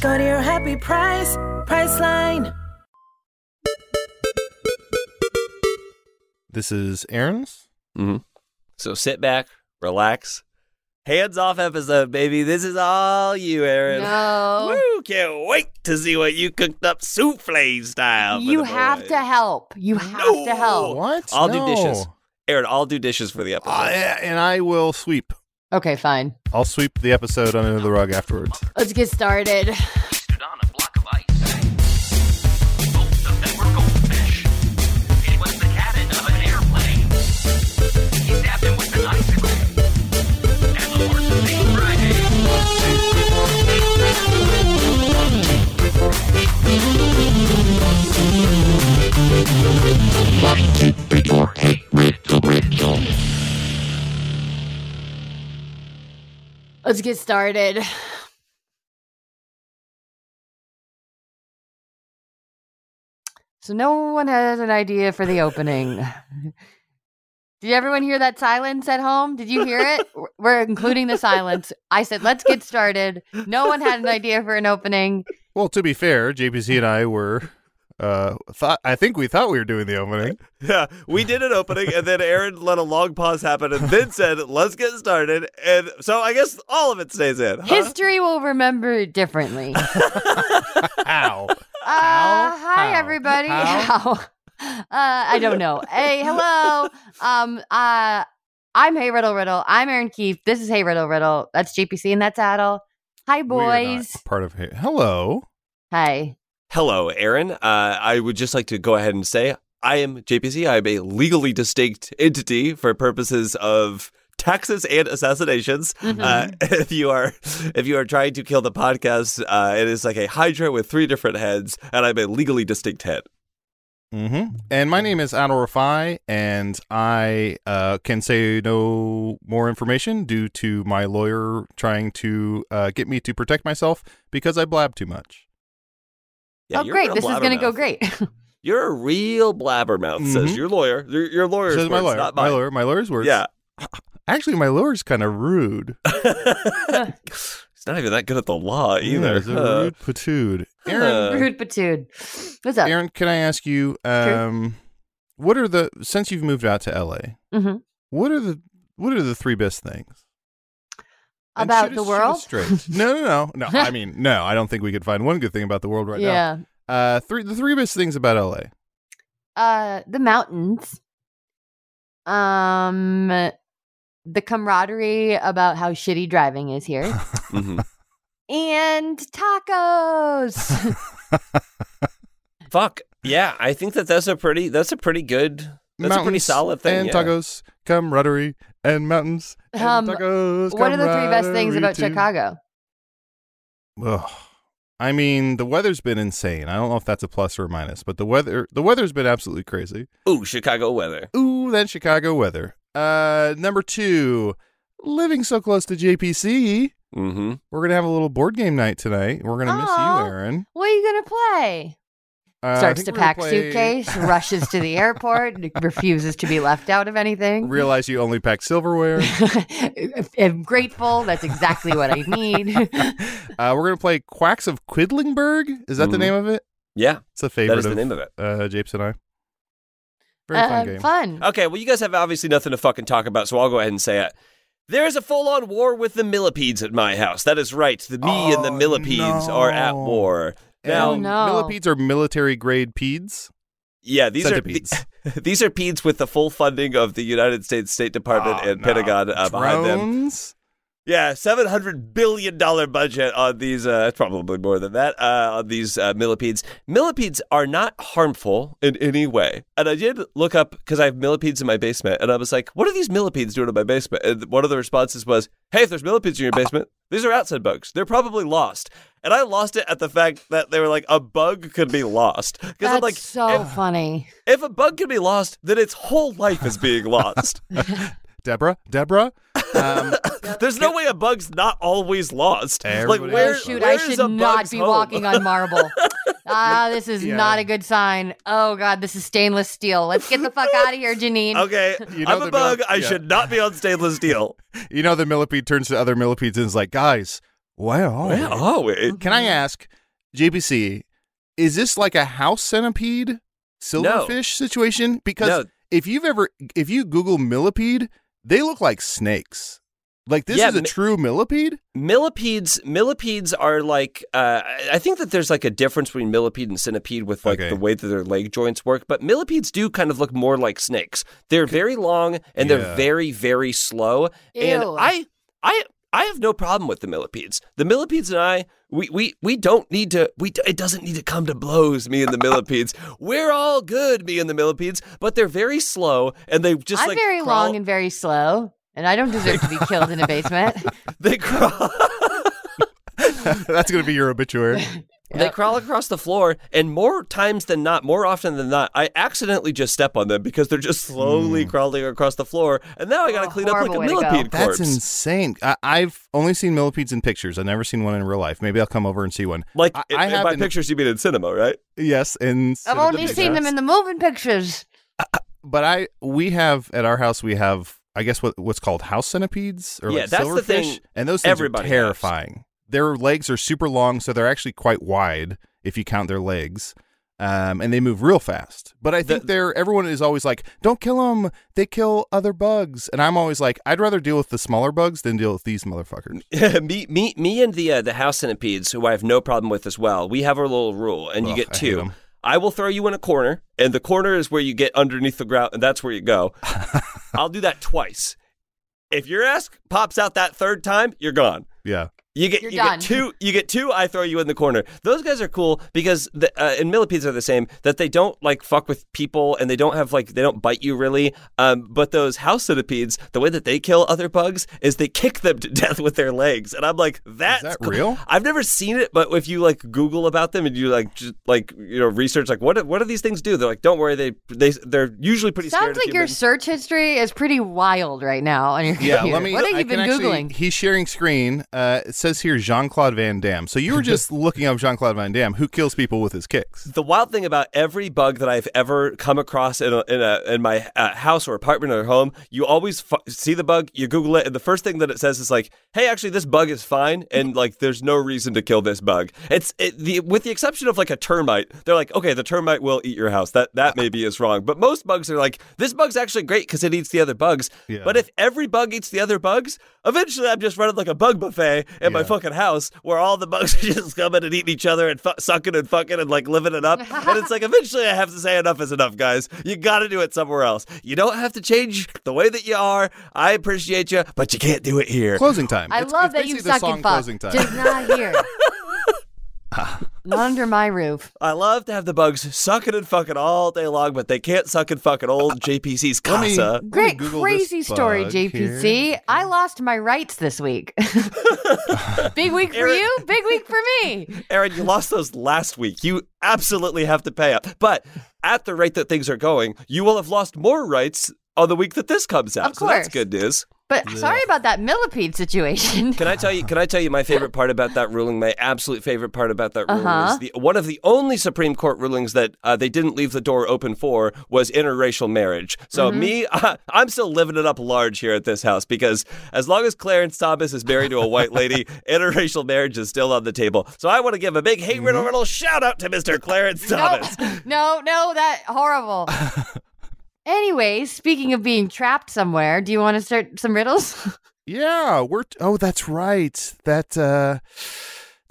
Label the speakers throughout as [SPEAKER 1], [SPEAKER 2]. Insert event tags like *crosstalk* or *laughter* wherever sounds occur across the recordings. [SPEAKER 1] Go to your happy price, Priceline.
[SPEAKER 2] This is Aaron's.
[SPEAKER 3] So sit back, relax, hands off episode, baby. This is all you, Aaron.
[SPEAKER 4] No.
[SPEAKER 3] Woo, can't wait to see what you cooked up souffle style. for
[SPEAKER 4] You
[SPEAKER 3] the
[SPEAKER 4] have
[SPEAKER 3] boys.
[SPEAKER 4] to help. You have
[SPEAKER 3] No.
[SPEAKER 4] to help.
[SPEAKER 2] What?
[SPEAKER 3] I'll
[SPEAKER 2] No.
[SPEAKER 3] do dishes. Aaron, I'll do dishes for the episode. *laughs*
[SPEAKER 2] I- and I will sweep.
[SPEAKER 4] Okay, fine.
[SPEAKER 2] I'll sweep the episode under the rug afterwards.
[SPEAKER 4] Let's get started.
[SPEAKER 5] stood on a block of ice. Both of them were goldfish. It was the cabin of an airplane. He stabbed him with an icicle. And the horse was named Friday.
[SPEAKER 4] Let's get started. So no one has an idea for the opening. Did everyone hear that silence at home? Did you hear it? We're- We're including the silence. I said, let's get started. No one had an idea for an opening.
[SPEAKER 2] Well, to be fair, JPC and I were. Uh, thought I think we thought we were doing the
[SPEAKER 3] *laughs*
[SPEAKER 2] opening.
[SPEAKER 3] Yeah, we did an opening, and then Aaron let a long pause happen, and then said, "Let's get started." And so I guess all of it stays in. huh?
[SPEAKER 4] History will remember it differently.
[SPEAKER 2] Ow!
[SPEAKER 4] Uh, hi,
[SPEAKER 2] How?
[SPEAKER 4] everybody.
[SPEAKER 2] How?
[SPEAKER 4] *laughs* How? Uh, I don't know.
[SPEAKER 2] *laughs*
[SPEAKER 4] Hey, hello. Um, uh, I'm Hey Riddle Riddle. I'm Aaron Keefe. This is Hey Riddle Riddle. That's JPC and that's Adel. Hi,
[SPEAKER 2] We are not
[SPEAKER 4] boys.
[SPEAKER 2] part of he- hello.
[SPEAKER 4] Hi.
[SPEAKER 3] Hello, Aaron. Uh, I would just like to go ahead and say I am JPC. I am a legally distinct entity for purposes of taxes and assassinations. Uh,
[SPEAKER 4] Mm-hmm.
[SPEAKER 3] *laughs* if you are if you are trying to kill the podcast, uh, it is like a hydra with three different heads, and I'm a legally distinct head.
[SPEAKER 2] Mm-hmm. And my name is Adol Rafai, and I uh, can say no more information due to my lawyer trying to uh, get me to protect myself because I blab too much.
[SPEAKER 3] Yeah,
[SPEAKER 4] oh,
[SPEAKER 3] you're
[SPEAKER 4] great.
[SPEAKER 3] a
[SPEAKER 4] This is going to go
[SPEAKER 3] blabbermouth.
[SPEAKER 2] *laughs*
[SPEAKER 4] great.
[SPEAKER 3] You're a real blabbermouth,
[SPEAKER 2] Mhm.
[SPEAKER 3] says your lawyer. Your, your lawyer's
[SPEAKER 2] Says my
[SPEAKER 3] words,
[SPEAKER 2] lawyer.
[SPEAKER 3] not
[SPEAKER 2] my
[SPEAKER 3] mine.
[SPEAKER 2] lawyer. My lawyer's words.
[SPEAKER 4] *laughs*
[SPEAKER 3] Yeah. *laughs*
[SPEAKER 2] Actually, my lawyer's kind of rude.
[SPEAKER 3] He's not even that good at the law
[SPEAKER 2] Yeah,
[SPEAKER 3] *laughs* either.
[SPEAKER 2] it's a
[SPEAKER 3] Huh.
[SPEAKER 2] rude patood.
[SPEAKER 4] *laughs*
[SPEAKER 2] Aaron,
[SPEAKER 3] Huh.
[SPEAKER 4] Rude patood. What's up?
[SPEAKER 2] Aaron, can I ask you, um, what are the since you've moved out to LA,
[SPEAKER 4] hmm
[SPEAKER 2] what are the what are the three best things And
[SPEAKER 4] About
[SPEAKER 2] shoot
[SPEAKER 4] the
[SPEAKER 2] us-
[SPEAKER 4] world?
[SPEAKER 2] shoot us Straight. no, no, no,
[SPEAKER 4] *laughs*
[SPEAKER 2] no. I mean, no. I don't think we could find one good thing about the world right
[SPEAKER 4] yeah.
[SPEAKER 2] now. Uh, three the three best things about LA.
[SPEAKER 4] Uh, the mountains. Um, the camaraderie about how shitty driving is
[SPEAKER 2] *laughs*
[SPEAKER 4] here.
[SPEAKER 3] Mhm.
[SPEAKER 4] and tacos. *laughs*
[SPEAKER 3] Fuck. Yeah, I think that that's a pretty that's a pretty good that's a pretty
[SPEAKER 2] Mountains
[SPEAKER 3] solid thing.
[SPEAKER 2] And
[SPEAKER 3] yeah.
[SPEAKER 2] tacos, camaraderie, and mountains. And
[SPEAKER 4] Um,
[SPEAKER 2] tacos,
[SPEAKER 4] What are the three best things
[SPEAKER 2] camaraderie
[SPEAKER 4] about
[SPEAKER 2] too.
[SPEAKER 4] Chicago?
[SPEAKER 2] Ugh. I mean, the weather's been insane. I don't know if that's a plus or a minus, but the weather the weather's been absolutely crazy.
[SPEAKER 3] Ooh, Chicago weather.
[SPEAKER 2] Ooh, that Chicago weather. Uh, number two, living so close to JPC.
[SPEAKER 3] Mm-hmm.
[SPEAKER 2] We're gonna have a little board game night tonight. We're gonna miss
[SPEAKER 4] Aw.
[SPEAKER 2] you, Aaron.
[SPEAKER 4] What are you gonna play?
[SPEAKER 2] Uh, I
[SPEAKER 4] Starts
[SPEAKER 2] think
[SPEAKER 4] to
[SPEAKER 2] we're gonna
[SPEAKER 4] pack
[SPEAKER 2] play- *laughs*
[SPEAKER 4] suitcase, rushes to the airport, *laughs* refuses to be left out of anything.
[SPEAKER 2] Realize you only pack silverware.
[SPEAKER 4] *laughs* I'm grateful. That's exactly what I need.
[SPEAKER 2] uh, we're gonna play Quacks of Quidlingberg. Is that the
[SPEAKER 3] Mhm.
[SPEAKER 2] name of it?
[SPEAKER 3] Yeah,
[SPEAKER 2] It's a
[SPEAKER 3] that
[SPEAKER 2] favorite
[SPEAKER 3] is the
[SPEAKER 2] of
[SPEAKER 3] name of it.
[SPEAKER 2] uh, Japes and I. *laughs* Very
[SPEAKER 4] Uh,
[SPEAKER 2] fun game.
[SPEAKER 4] fun.
[SPEAKER 3] Okay, well you guys have obviously nothing to fucking talk about, so I'll go ahead and say it. There's a full on war with the millipedes at my house. That is right. The me and the
[SPEAKER 2] Oh,
[SPEAKER 3] millipedes are at
[SPEAKER 2] no.
[SPEAKER 3] war.
[SPEAKER 4] Oh,
[SPEAKER 3] Now,
[SPEAKER 2] And
[SPEAKER 4] no.
[SPEAKER 2] millipedes are military grade peds.
[SPEAKER 3] yeah, these are
[SPEAKER 2] Centipedes.
[SPEAKER 3] *laughs* these are peds with the full funding of the United States State Department
[SPEAKER 2] Oh,
[SPEAKER 3] and
[SPEAKER 2] no.
[SPEAKER 3] Pentagon uh, behind them.
[SPEAKER 2] Drones?
[SPEAKER 3] Yeah, seven hundred billion dollar budget on these. Uh, probably more than that uh, on these uh, millipedes. Millipedes are not harmful in any way. And I did look up because I have millipedes in my basement, and I was like, "What are these millipedes doing in my basement?" And one of the responses was, "Hey, if there's millipedes in your basement, these are outside bugs. They're probably lost." And I lost it at the fact that they were like, "A bug could be lost." Because
[SPEAKER 4] That's
[SPEAKER 3] I'm like,
[SPEAKER 4] so
[SPEAKER 3] if,
[SPEAKER 4] funny.
[SPEAKER 3] if a bug can be lost, then its whole life is
[SPEAKER 4] *laughs*
[SPEAKER 3] being lost.
[SPEAKER 2] Deborah, Deborah.
[SPEAKER 3] *laughs*
[SPEAKER 2] Um,
[SPEAKER 3] There's no way a bug's not always lost.
[SPEAKER 2] Everybody
[SPEAKER 3] like
[SPEAKER 2] Where-
[SPEAKER 4] oh shoot, I
[SPEAKER 3] where's
[SPEAKER 4] should
[SPEAKER 3] a
[SPEAKER 4] not
[SPEAKER 3] bug's
[SPEAKER 4] be
[SPEAKER 3] home?
[SPEAKER 4] walking
[SPEAKER 3] *laughs*
[SPEAKER 4] on marble. Ah, this is
[SPEAKER 2] Yeah.
[SPEAKER 4] not a good sign. Oh god, this is stainless steel. Let's get the fuck out
[SPEAKER 3] *laughs*
[SPEAKER 4] of here, Janine.
[SPEAKER 3] Okay,
[SPEAKER 2] You know
[SPEAKER 3] I'm
[SPEAKER 2] the
[SPEAKER 3] a bug.
[SPEAKER 2] bug-
[SPEAKER 3] I
[SPEAKER 2] yeah.
[SPEAKER 3] should not be on stainless steel.
[SPEAKER 2] you know, the millipede turns to other millipedes and is like, guys, where are we?"
[SPEAKER 3] Where are we?
[SPEAKER 2] Can I ask, JBC, is this like a house centipede silverfish situation? Because
[SPEAKER 3] No.
[SPEAKER 2] if you've ever, if you Google millipede, they look like snakes. Like this
[SPEAKER 3] Yeah,
[SPEAKER 2] is a
[SPEAKER 3] mi-
[SPEAKER 2] true millipede. *laughs*
[SPEAKER 3] Millipedes, millipedes are like. Uh, I- I think that there's like a difference between millipede and centipede with like
[SPEAKER 2] Okay.
[SPEAKER 3] the way that their leg joints work. But millipedes do kind of look more like snakes. They're very long and
[SPEAKER 2] Yeah.
[SPEAKER 3] they're very very slow. And
[SPEAKER 4] Ew.
[SPEAKER 3] I I I have no problem with the millipedes. The millipedes and I we we we don't need to we it doesn't need to come to blows. Me and the
[SPEAKER 2] *laughs*
[SPEAKER 3] millipedes, we're all good. Me and the millipedes, but they're very slow and they just
[SPEAKER 4] I'm
[SPEAKER 3] like
[SPEAKER 4] very
[SPEAKER 3] crawl-
[SPEAKER 4] long and very slow, and I don't deserve to be killed in a basement.
[SPEAKER 3] *laughs* they crawl.
[SPEAKER 2] That's gonna be your obituary.
[SPEAKER 3] They crawl across the floor, and more times than not, more often than not, I accidentally just step on them because they're just slowly crawling across the floor, and now I got to
[SPEAKER 4] Mm. Oh,
[SPEAKER 3] clean up like a
[SPEAKER 4] horrible way to go.
[SPEAKER 3] millipede corpse.
[SPEAKER 2] That's insane. I, I've only seen millipedes in pictures. I've never seen one in real life. Maybe I'll come over and see one.
[SPEAKER 3] like
[SPEAKER 2] I,
[SPEAKER 3] in-
[SPEAKER 2] I
[SPEAKER 3] in
[SPEAKER 2] have
[SPEAKER 3] by
[SPEAKER 2] in-
[SPEAKER 3] pictures, you mean in cinema, right? *laughs*
[SPEAKER 2] Yes, in
[SPEAKER 4] I've only seen them in the moving pictures.
[SPEAKER 2] But I, we have at our house, we have, I guess, what what's called house centipedes or
[SPEAKER 3] Yeah,
[SPEAKER 2] like
[SPEAKER 3] that's
[SPEAKER 2] silverfish,
[SPEAKER 3] the thing
[SPEAKER 2] and those things are
[SPEAKER 3] everybody has.
[SPEAKER 2] terrifying. Their legs are super long, so they're actually quite wide if you count their legs. Um, and they move real fast, but I think they're everyone is always like, "Don't kill them; they kill other bugs." And I'm always like, "I'd rather deal with the smaller bugs than deal with these motherfuckers."
[SPEAKER 3] me, me, me, and the uh, the house centipedes, who I have no problem with as well. We have our little rule, and you
[SPEAKER 2] Ugh,
[SPEAKER 3] get
[SPEAKER 2] I hate
[SPEAKER 3] two.
[SPEAKER 2] 'em.
[SPEAKER 3] I will throw you in a corner, and the corner is where you get underneath the ground, and that's where you go.
[SPEAKER 2] *laughs*
[SPEAKER 3] I'll do that twice. If your ass pops out that third time, you're gone.
[SPEAKER 2] Yeah,
[SPEAKER 3] You get
[SPEAKER 4] You're
[SPEAKER 3] you
[SPEAKER 4] done.
[SPEAKER 3] get two. You get two. I throw you in the corner. Those guys are cool because the, uh, and millipedes are the same. That they don't like fuck with people and they don't have like they don't bite you really. Um, but those house centipedes, the way that they kill other bugs is they kick them to *laughs* death with their legs. And I'm like, that's
[SPEAKER 2] that
[SPEAKER 3] cool."
[SPEAKER 2] real?
[SPEAKER 3] I've never seen it, but if you like Google about them and you like just like you know research like what do- what do these things do? They're like, don't worry, they they they're usually pretty. scared
[SPEAKER 4] Sounds
[SPEAKER 3] of
[SPEAKER 4] like your
[SPEAKER 3] humans."
[SPEAKER 4] search history is pretty wild right now on your
[SPEAKER 2] yeah.
[SPEAKER 4] computer.
[SPEAKER 2] Let me.
[SPEAKER 4] what have
[SPEAKER 2] I
[SPEAKER 4] you
[SPEAKER 2] can
[SPEAKER 4] been
[SPEAKER 2] actually-
[SPEAKER 4] googling?
[SPEAKER 2] he's sharing screen. Uh, it says here Jean Claude Van Damme. So you were
[SPEAKER 4] *laughs*
[SPEAKER 2] just looking up Jean Claude Van Damme, who kills people with his kicks.
[SPEAKER 3] The wild thing about every bug that I've ever come across in a, in, a, in my uh, house or apartment or home, you always f- see the bug, you Google it, and the first thing that it says is like, "Hey, actually, this bug is fine, and like, there's no reason to kill this bug." It's it, the with the exception of like a termite, they're like, "Okay, the termite will eat your house. That that maybe is wrong." But most bugs are like, "This bug's actually great because it eats the other bugs."
[SPEAKER 2] Yeah.
[SPEAKER 3] But if every bug eats the other bugs, eventually I'm just running like a bug buffet in my
[SPEAKER 2] Yeah.
[SPEAKER 3] fucking house where all the bugs *laughs* are just coming and eating each other and fu- sucking and fucking and like living it up. and it's like, eventually I have to say enough is enough, guys. You got to do it somewhere else. You don't have to change the way that you are. I appreciate you, but you can't do it here.
[SPEAKER 2] Closing time.
[SPEAKER 4] I
[SPEAKER 2] It's-
[SPEAKER 4] love
[SPEAKER 2] it's
[SPEAKER 4] that you
[SPEAKER 2] basically the
[SPEAKER 4] suck
[SPEAKER 2] song
[SPEAKER 4] and fuck.
[SPEAKER 2] Closing time.
[SPEAKER 4] Just not here. not under my roof.
[SPEAKER 3] I love to have the bugs sucking and fucking all day long, but they can't suck and fuck at old JPC's
[SPEAKER 2] *laughs* Let me-
[SPEAKER 3] casa.
[SPEAKER 2] let me
[SPEAKER 4] Great,
[SPEAKER 2] Google
[SPEAKER 4] crazy
[SPEAKER 2] this
[SPEAKER 4] story,
[SPEAKER 2] bug
[SPEAKER 4] JPC.
[SPEAKER 2] here.
[SPEAKER 4] I lost my rights this week.
[SPEAKER 2] *laughs*
[SPEAKER 4] Big week for
[SPEAKER 3] Eric-
[SPEAKER 4] you, big week for me.
[SPEAKER 3] Aaron, you lost those last week. You absolutely have to pay up. But at the rate that things are going, you will have lost more rights on the week that this comes out.
[SPEAKER 4] Of
[SPEAKER 3] So that's
[SPEAKER 4] course.
[SPEAKER 3] good news.
[SPEAKER 4] But sorry about that millipede situation.
[SPEAKER 3] Can I tell you? Can I tell you my favorite part about that ruling? My absolute favorite part about that ruling
[SPEAKER 4] Uh-huh.
[SPEAKER 3] is the, one of the only Supreme Court rulings that uh, they didn't leave the door open for was interracial marriage. So
[SPEAKER 4] Mm-hmm.
[SPEAKER 3] me, *laughs* I, I'm still living it up large here at this house because as long as Clarence Thomas is married to a white
[SPEAKER 4] *laughs*
[SPEAKER 3] lady, interracial marriage is still on the table. So I want to give a big hey riddle riddle shout out to Mr. Clarence
[SPEAKER 4] Mm-hmm. *laughs* No,
[SPEAKER 3] Thomas.
[SPEAKER 4] no, no, that
[SPEAKER 2] *laughs*
[SPEAKER 4] horrible. Anyways, speaking of being trapped somewhere, do you want to
[SPEAKER 2] Mm-hmm,
[SPEAKER 4] start some riddles?
[SPEAKER 2] Yeah, we're. T- oh, that's right. That uh,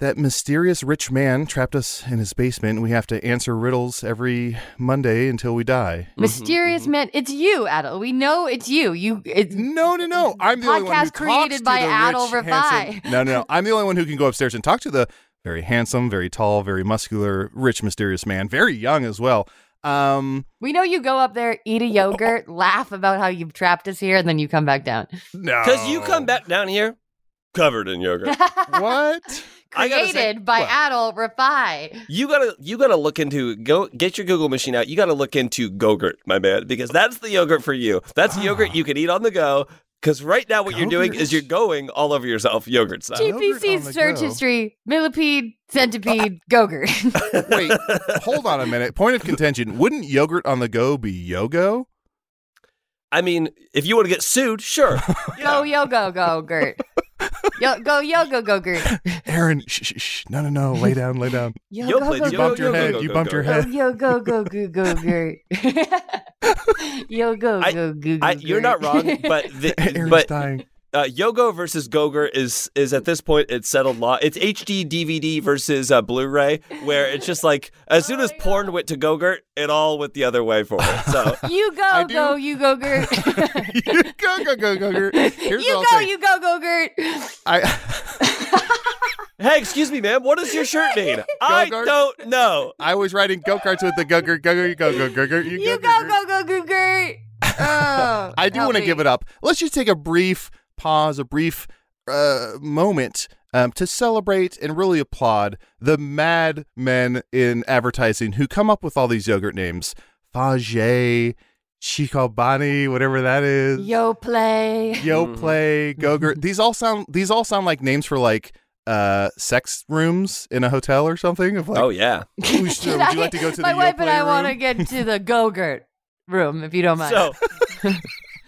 [SPEAKER 2] that mysterious rich man trapped us in his basement. We have to answer riddles every Monday until we die. mm-hmm.
[SPEAKER 4] Mysterious man, it's you, Adel. We know it's you. You, it's,
[SPEAKER 2] No, no, no. I'm the only one who
[SPEAKER 4] Podcast created
[SPEAKER 2] talks to
[SPEAKER 4] by
[SPEAKER 2] the
[SPEAKER 4] Adol
[SPEAKER 2] rich,
[SPEAKER 4] Rafai.
[SPEAKER 2] handsome- No, no,
[SPEAKER 4] *laughs*
[SPEAKER 2] no. I'm the only one who can go upstairs and talk to the very handsome, very tall, very muscular, rich, mysterious man. Very young as well. Um,
[SPEAKER 4] we know you go up there, eat
[SPEAKER 2] *laughs*
[SPEAKER 4] a yogurt, laugh about how you've trapped us here, and then you come back down.
[SPEAKER 2] no. *laughs*
[SPEAKER 3] Because you come back down here covered in
[SPEAKER 4] *laughs*
[SPEAKER 3] yogurt.
[SPEAKER 2] What?
[SPEAKER 3] I gotta say-
[SPEAKER 4] Created by
[SPEAKER 2] Well-
[SPEAKER 4] Adel Rafai.
[SPEAKER 3] You gotta you gotta look into go get your Google machine out. You gotta look into Gogurt, my man, because that's the yogurt for you. That's yogurt you can eat on the go. Because right now, what you're doing
[SPEAKER 2] Gogurt.
[SPEAKER 3] is you're going all over yourself, yogurt style.
[SPEAKER 2] Cheap. on
[SPEAKER 4] GPC's
[SPEAKER 2] the
[SPEAKER 4] search
[SPEAKER 2] go.
[SPEAKER 4] history: millipede,
[SPEAKER 2] *laughs*
[SPEAKER 4] centipede, gogurt.
[SPEAKER 2] Wait, hold on a minute. Point of contention. Wouldn't yogurt on the go be yogo?
[SPEAKER 3] I mean, if you want to get sued, *laughs* sure.
[SPEAKER 4] Go yo go
[SPEAKER 2] *laughs*
[SPEAKER 4] go gurt. Yo, go yo go go gurt.
[SPEAKER 2] Aaron, shh, shh, shh. No, no, no. Lay down, lay down. *laughs*
[SPEAKER 4] Yo,
[SPEAKER 3] Yo,
[SPEAKER 4] go,
[SPEAKER 3] played
[SPEAKER 4] go,
[SPEAKER 2] You
[SPEAKER 3] yo,
[SPEAKER 4] go,
[SPEAKER 2] bumped
[SPEAKER 3] yo,
[SPEAKER 2] your
[SPEAKER 3] go,
[SPEAKER 2] head.
[SPEAKER 3] go,
[SPEAKER 2] you
[SPEAKER 3] go,
[SPEAKER 2] bumped
[SPEAKER 3] go.
[SPEAKER 2] your *laughs*
[SPEAKER 4] Yo,
[SPEAKER 2] head.
[SPEAKER 4] yo, go, go, go,
[SPEAKER 2] *laughs*
[SPEAKER 4] go, gurt. yo, go,
[SPEAKER 3] I-
[SPEAKER 4] go, go, go.
[SPEAKER 3] I, you're not
[SPEAKER 4] gurt.
[SPEAKER 3] *laughs* wrong, but the,
[SPEAKER 2] Aaron's
[SPEAKER 3] but
[SPEAKER 2] dying. *laughs*
[SPEAKER 3] uh, Yogo versus Gogurt is is at this point it's settled law. It's HD DVD versus uh, Blu-ray, where it's just like as soon as porn went to Gogurt, it all went the other way for it. So
[SPEAKER 4] *laughs* you go,
[SPEAKER 2] do-
[SPEAKER 4] go, you go, gurt.
[SPEAKER 2] go, go, go, go, go. *laughs* Here's what
[SPEAKER 4] you
[SPEAKER 2] I'll
[SPEAKER 4] go,
[SPEAKER 2] say.
[SPEAKER 4] you go, go, gurt.
[SPEAKER 2] I,
[SPEAKER 3] hey, excuse me, ma'am, what does your shirt mean?
[SPEAKER 2] *laughs*
[SPEAKER 3] I
[SPEAKER 2] Gogurt.
[SPEAKER 3] don't know.
[SPEAKER 2] I was riding go karts with the go, go, go, go, go, go, go. You,
[SPEAKER 4] You go, go, go, go,
[SPEAKER 2] *laughs*
[SPEAKER 4] gurt. Oh,
[SPEAKER 2] I do
[SPEAKER 4] help
[SPEAKER 2] want to
[SPEAKER 4] me.
[SPEAKER 2] give it up. Let's just take a brief pause, a brief uh, moment um, to celebrate and really applaud the mad men in advertising who come up with all these yogurt names. Fage, Chicobani, whatever that is.
[SPEAKER 4] Yo, *laughs* Mm-hmm. play.
[SPEAKER 2] Yo play,
[SPEAKER 4] *laughs*
[SPEAKER 2] Gogurt. These all sound these all sound like names for like uh sex rooms in a hotel or something of like
[SPEAKER 3] oh yeah.
[SPEAKER 2] "Ooh,
[SPEAKER 4] *laughs*
[SPEAKER 2] sir, would you like to go to the
[SPEAKER 4] My wife and I want to
[SPEAKER 2] to
[SPEAKER 4] get
[SPEAKER 2] *laughs*
[SPEAKER 4] to the go-gurt room, if *laughs* you don't mind.
[SPEAKER 2] uh,
[SPEAKER 3] So.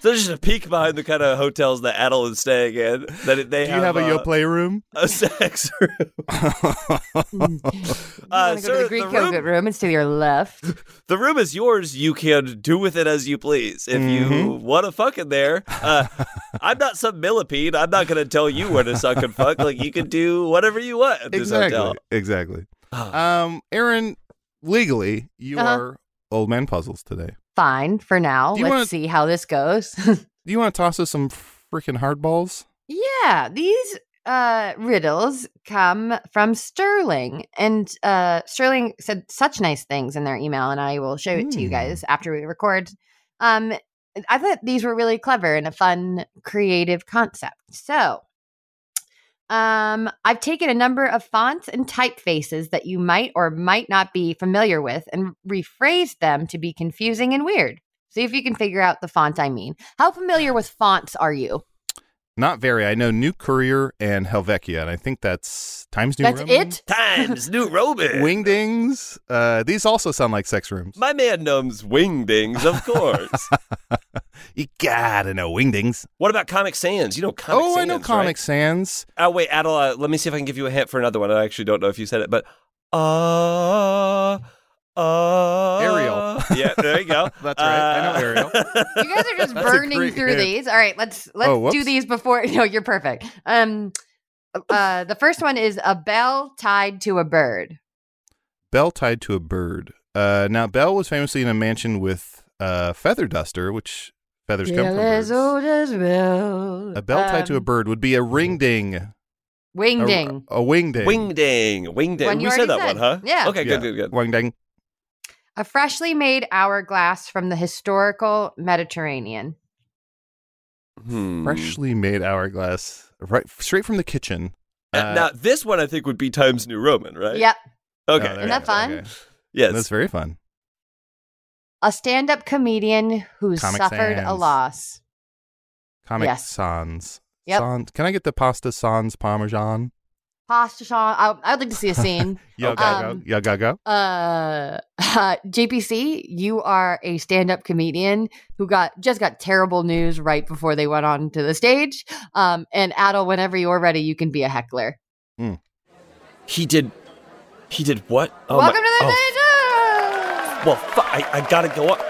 [SPEAKER 3] So there's just a peek behind the kind of hotels that Adel is staying in. That they
[SPEAKER 2] Do you have a
[SPEAKER 3] uh,
[SPEAKER 2] yo play room?
[SPEAKER 3] a sex *laughs*
[SPEAKER 4] *laughs*
[SPEAKER 3] room.
[SPEAKER 4] You
[SPEAKER 3] Uh,
[SPEAKER 4] wanna go to
[SPEAKER 3] sir,
[SPEAKER 4] the Greek
[SPEAKER 3] the room-
[SPEAKER 4] yogurt room. It's to your left.
[SPEAKER 3] the room is yours. You can do with it as you please. If you
[SPEAKER 2] Mm-hmm.
[SPEAKER 3] want to fuck in there, uh, I'm not some millipede. I'm not going to tell you where to suck and fuck. Like you can do whatever you want at this
[SPEAKER 2] Exactly.
[SPEAKER 3] hotel.
[SPEAKER 2] Exactly.
[SPEAKER 3] Ah.
[SPEAKER 2] Um, Aaron, legally, you
[SPEAKER 4] Uh-huh.
[SPEAKER 2] are old man puzzles today.
[SPEAKER 4] Fine for now.
[SPEAKER 2] Do you
[SPEAKER 4] Let's
[SPEAKER 2] wanna-
[SPEAKER 4] see how this goes. *laughs*
[SPEAKER 2] Do you want to toss us some freaking hardballs?
[SPEAKER 4] yeah, these uh, riddles come from Sterling, and uh, Sterling said such nice things in their email, and I will show it to you
[SPEAKER 2] Hmm.
[SPEAKER 4] guys after we record. Um, I thought these were really clever and a fun, creative concept. So. Um, I've taken a number of fonts and typefaces that you might or might not be familiar with and rephrased them to be confusing and weird. See if you can figure out the font I mean. How familiar with fonts are you?
[SPEAKER 2] Not very. I know New Courier and Helvetia, and I think that's Times New
[SPEAKER 4] That's
[SPEAKER 2] Roman.
[SPEAKER 4] it?
[SPEAKER 3] Times New Roman.
[SPEAKER 2] Wingdings. Uh, these also sound like sex rooms.
[SPEAKER 3] My man knows wingdings, of course.
[SPEAKER 2] *laughs* You gotta know Wingdings.
[SPEAKER 3] what about Comic Sans? You know Comic
[SPEAKER 2] oh,
[SPEAKER 3] Sans.
[SPEAKER 2] I know
[SPEAKER 3] right?
[SPEAKER 2] Comic Sans.
[SPEAKER 3] Oh wait, Adel, uh, let me see if I can give you a hint for another one. I actually don't know if you said it, but uh, uh
[SPEAKER 2] Ariel.
[SPEAKER 3] Yeah, there you go.
[SPEAKER 2] *laughs* That's right. I know
[SPEAKER 3] Uh,
[SPEAKER 2] Ariel.
[SPEAKER 4] You guys are just
[SPEAKER 2] That's a
[SPEAKER 4] burning
[SPEAKER 2] great
[SPEAKER 4] through
[SPEAKER 2] hint.
[SPEAKER 4] these. All right, let's let's
[SPEAKER 2] Oh,
[SPEAKER 4] do
[SPEAKER 2] whoops.
[SPEAKER 4] these before *laughs* no, you're perfect. Um uh the first one is a bell tied to a bird.
[SPEAKER 2] *laughs* Bell tied to a bird. Uh, now Bell was famously in a mansion with uh, feather duster, which feathers come from. birds. A bell tied
[SPEAKER 4] Um,
[SPEAKER 2] to a bird Oh. would be a ring ding. A,
[SPEAKER 4] Wing ding.
[SPEAKER 2] a wing ding.
[SPEAKER 3] *laughs* Wing ding, wing ding.
[SPEAKER 4] One
[SPEAKER 3] We
[SPEAKER 4] you
[SPEAKER 3] said that one,
[SPEAKER 4] already said.
[SPEAKER 3] huh?
[SPEAKER 4] Yeah.
[SPEAKER 3] Okay,
[SPEAKER 2] Yeah,
[SPEAKER 3] good, good, good.
[SPEAKER 2] Wing ding.
[SPEAKER 4] A freshly made hourglass from the historical Mediterranean.
[SPEAKER 3] Hmm.
[SPEAKER 2] Freshly made hourglass, right straight from the kitchen.
[SPEAKER 3] Uh,
[SPEAKER 2] Uh,
[SPEAKER 3] now this one I think would be Times New Roman, right?
[SPEAKER 4] Yep.
[SPEAKER 3] Okay.
[SPEAKER 2] oh, there
[SPEAKER 4] Isn't
[SPEAKER 2] it
[SPEAKER 4] that
[SPEAKER 2] is.
[SPEAKER 4] fun?
[SPEAKER 2] Okay.
[SPEAKER 3] yes.
[SPEAKER 2] That's very fun.
[SPEAKER 4] A stand-up comedian who's
[SPEAKER 2] Comic
[SPEAKER 4] suffered a
[SPEAKER 2] Sans.
[SPEAKER 4] loss.
[SPEAKER 2] Comic
[SPEAKER 4] Yes.
[SPEAKER 2] sans.
[SPEAKER 4] Yep.
[SPEAKER 2] Sans- Can I get the pasta sans parmesan?
[SPEAKER 4] Pasta Shaw. I'd like to see a
[SPEAKER 2] *laughs*
[SPEAKER 4] scene.
[SPEAKER 2] Yo
[SPEAKER 3] Okay.
[SPEAKER 2] go go.
[SPEAKER 4] Um,
[SPEAKER 2] Yo go go.
[SPEAKER 4] uh, *laughs* JPC, you are a stand-up comedian who got just got terrible news right before they went on to the stage. Um, and Adel, whenever you're ready, you can be a heckler.
[SPEAKER 3] He did. He did what? Oh
[SPEAKER 4] Welcome to the
[SPEAKER 3] oh,
[SPEAKER 4] stage!
[SPEAKER 3] Well, fu- I, I gotta go up.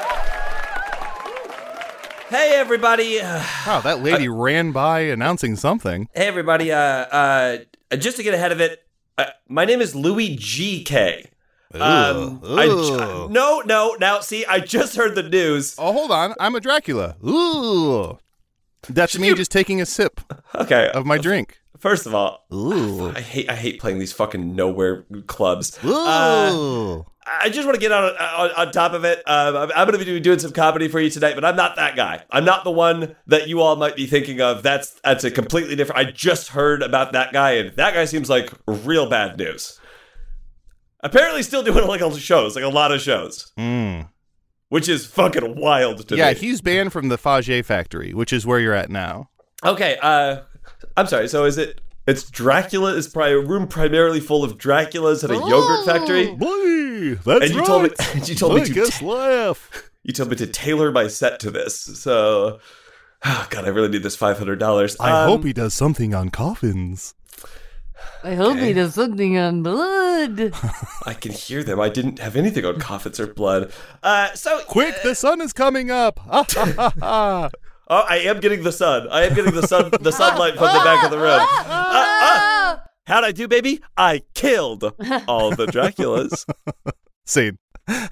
[SPEAKER 3] Hey everybody. *sighs* Uh,
[SPEAKER 2] Wow, that lady ran by announcing something.
[SPEAKER 3] Hey everybody. Uh, uh, just to get ahead of it, Uh, my name is Louis G K. Um,
[SPEAKER 2] Ooh.
[SPEAKER 3] I,
[SPEAKER 2] Ooh.
[SPEAKER 3] no, no, now see, I just heard the news.
[SPEAKER 2] Oh, hold on. I'm a Dracula. Ooh. That's me just taking a sip
[SPEAKER 3] Okay,
[SPEAKER 2] of my
[SPEAKER 3] *laughs*
[SPEAKER 2] drink.
[SPEAKER 3] first of all,
[SPEAKER 2] Ooh.
[SPEAKER 3] I hate I hate playing these fucking nowhere clubs.
[SPEAKER 2] Ooh.
[SPEAKER 3] Uh, I just want to get on on, on top of it. Um, I'm, I'm going to be doing some comedy for you tonight, but I'm not that guy. I'm not the one that you all might be thinking of. That's that's a completely different. I just heard about that guy, and that guy seems like real bad news. Apparently, still doing like a- shows, like a lot of shows,
[SPEAKER 2] Mm.
[SPEAKER 3] which is fucking wild to
[SPEAKER 2] Yeah,
[SPEAKER 3] me.
[SPEAKER 2] he's banned from the Faget factory, which is where you're at now.
[SPEAKER 3] Okay, uh, I'm sorry. So is it? It's Dracula. It's probably a room primarily full of Draculas at a yogurt factory.
[SPEAKER 2] Blee, that's
[SPEAKER 3] and you told me. And *laughs* you told me to.
[SPEAKER 2] laugh.
[SPEAKER 3] you told me to tailor my set to this. So, *sighs* oh God, I really need this five hundred dollars. Um,
[SPEAKER 2] he does something on coffins.
[SPEAKER 4] I hope he does something on blood.
[SPEAKER 3] I can hear them. I didn't have anything on coffins or blood. Uh, so
[SPEAKER 2] Quick, the sun is coming up. *laughs* Ah, ha, ha, ha.
[SPEAKER 3] Oh, I am getting the sun. I am getting the sun. the sunlight from the back of the
[SPEAKER 4] *laughs*
[SPEAKER 3] room.
[SPEAKER 4] Oh,
[SPEAKER 3] Uh, uh, how'd I do, baby? I killed all the Draculas.
[SPEAKER 2] *laughs* Same.
[SPEAKER 4] I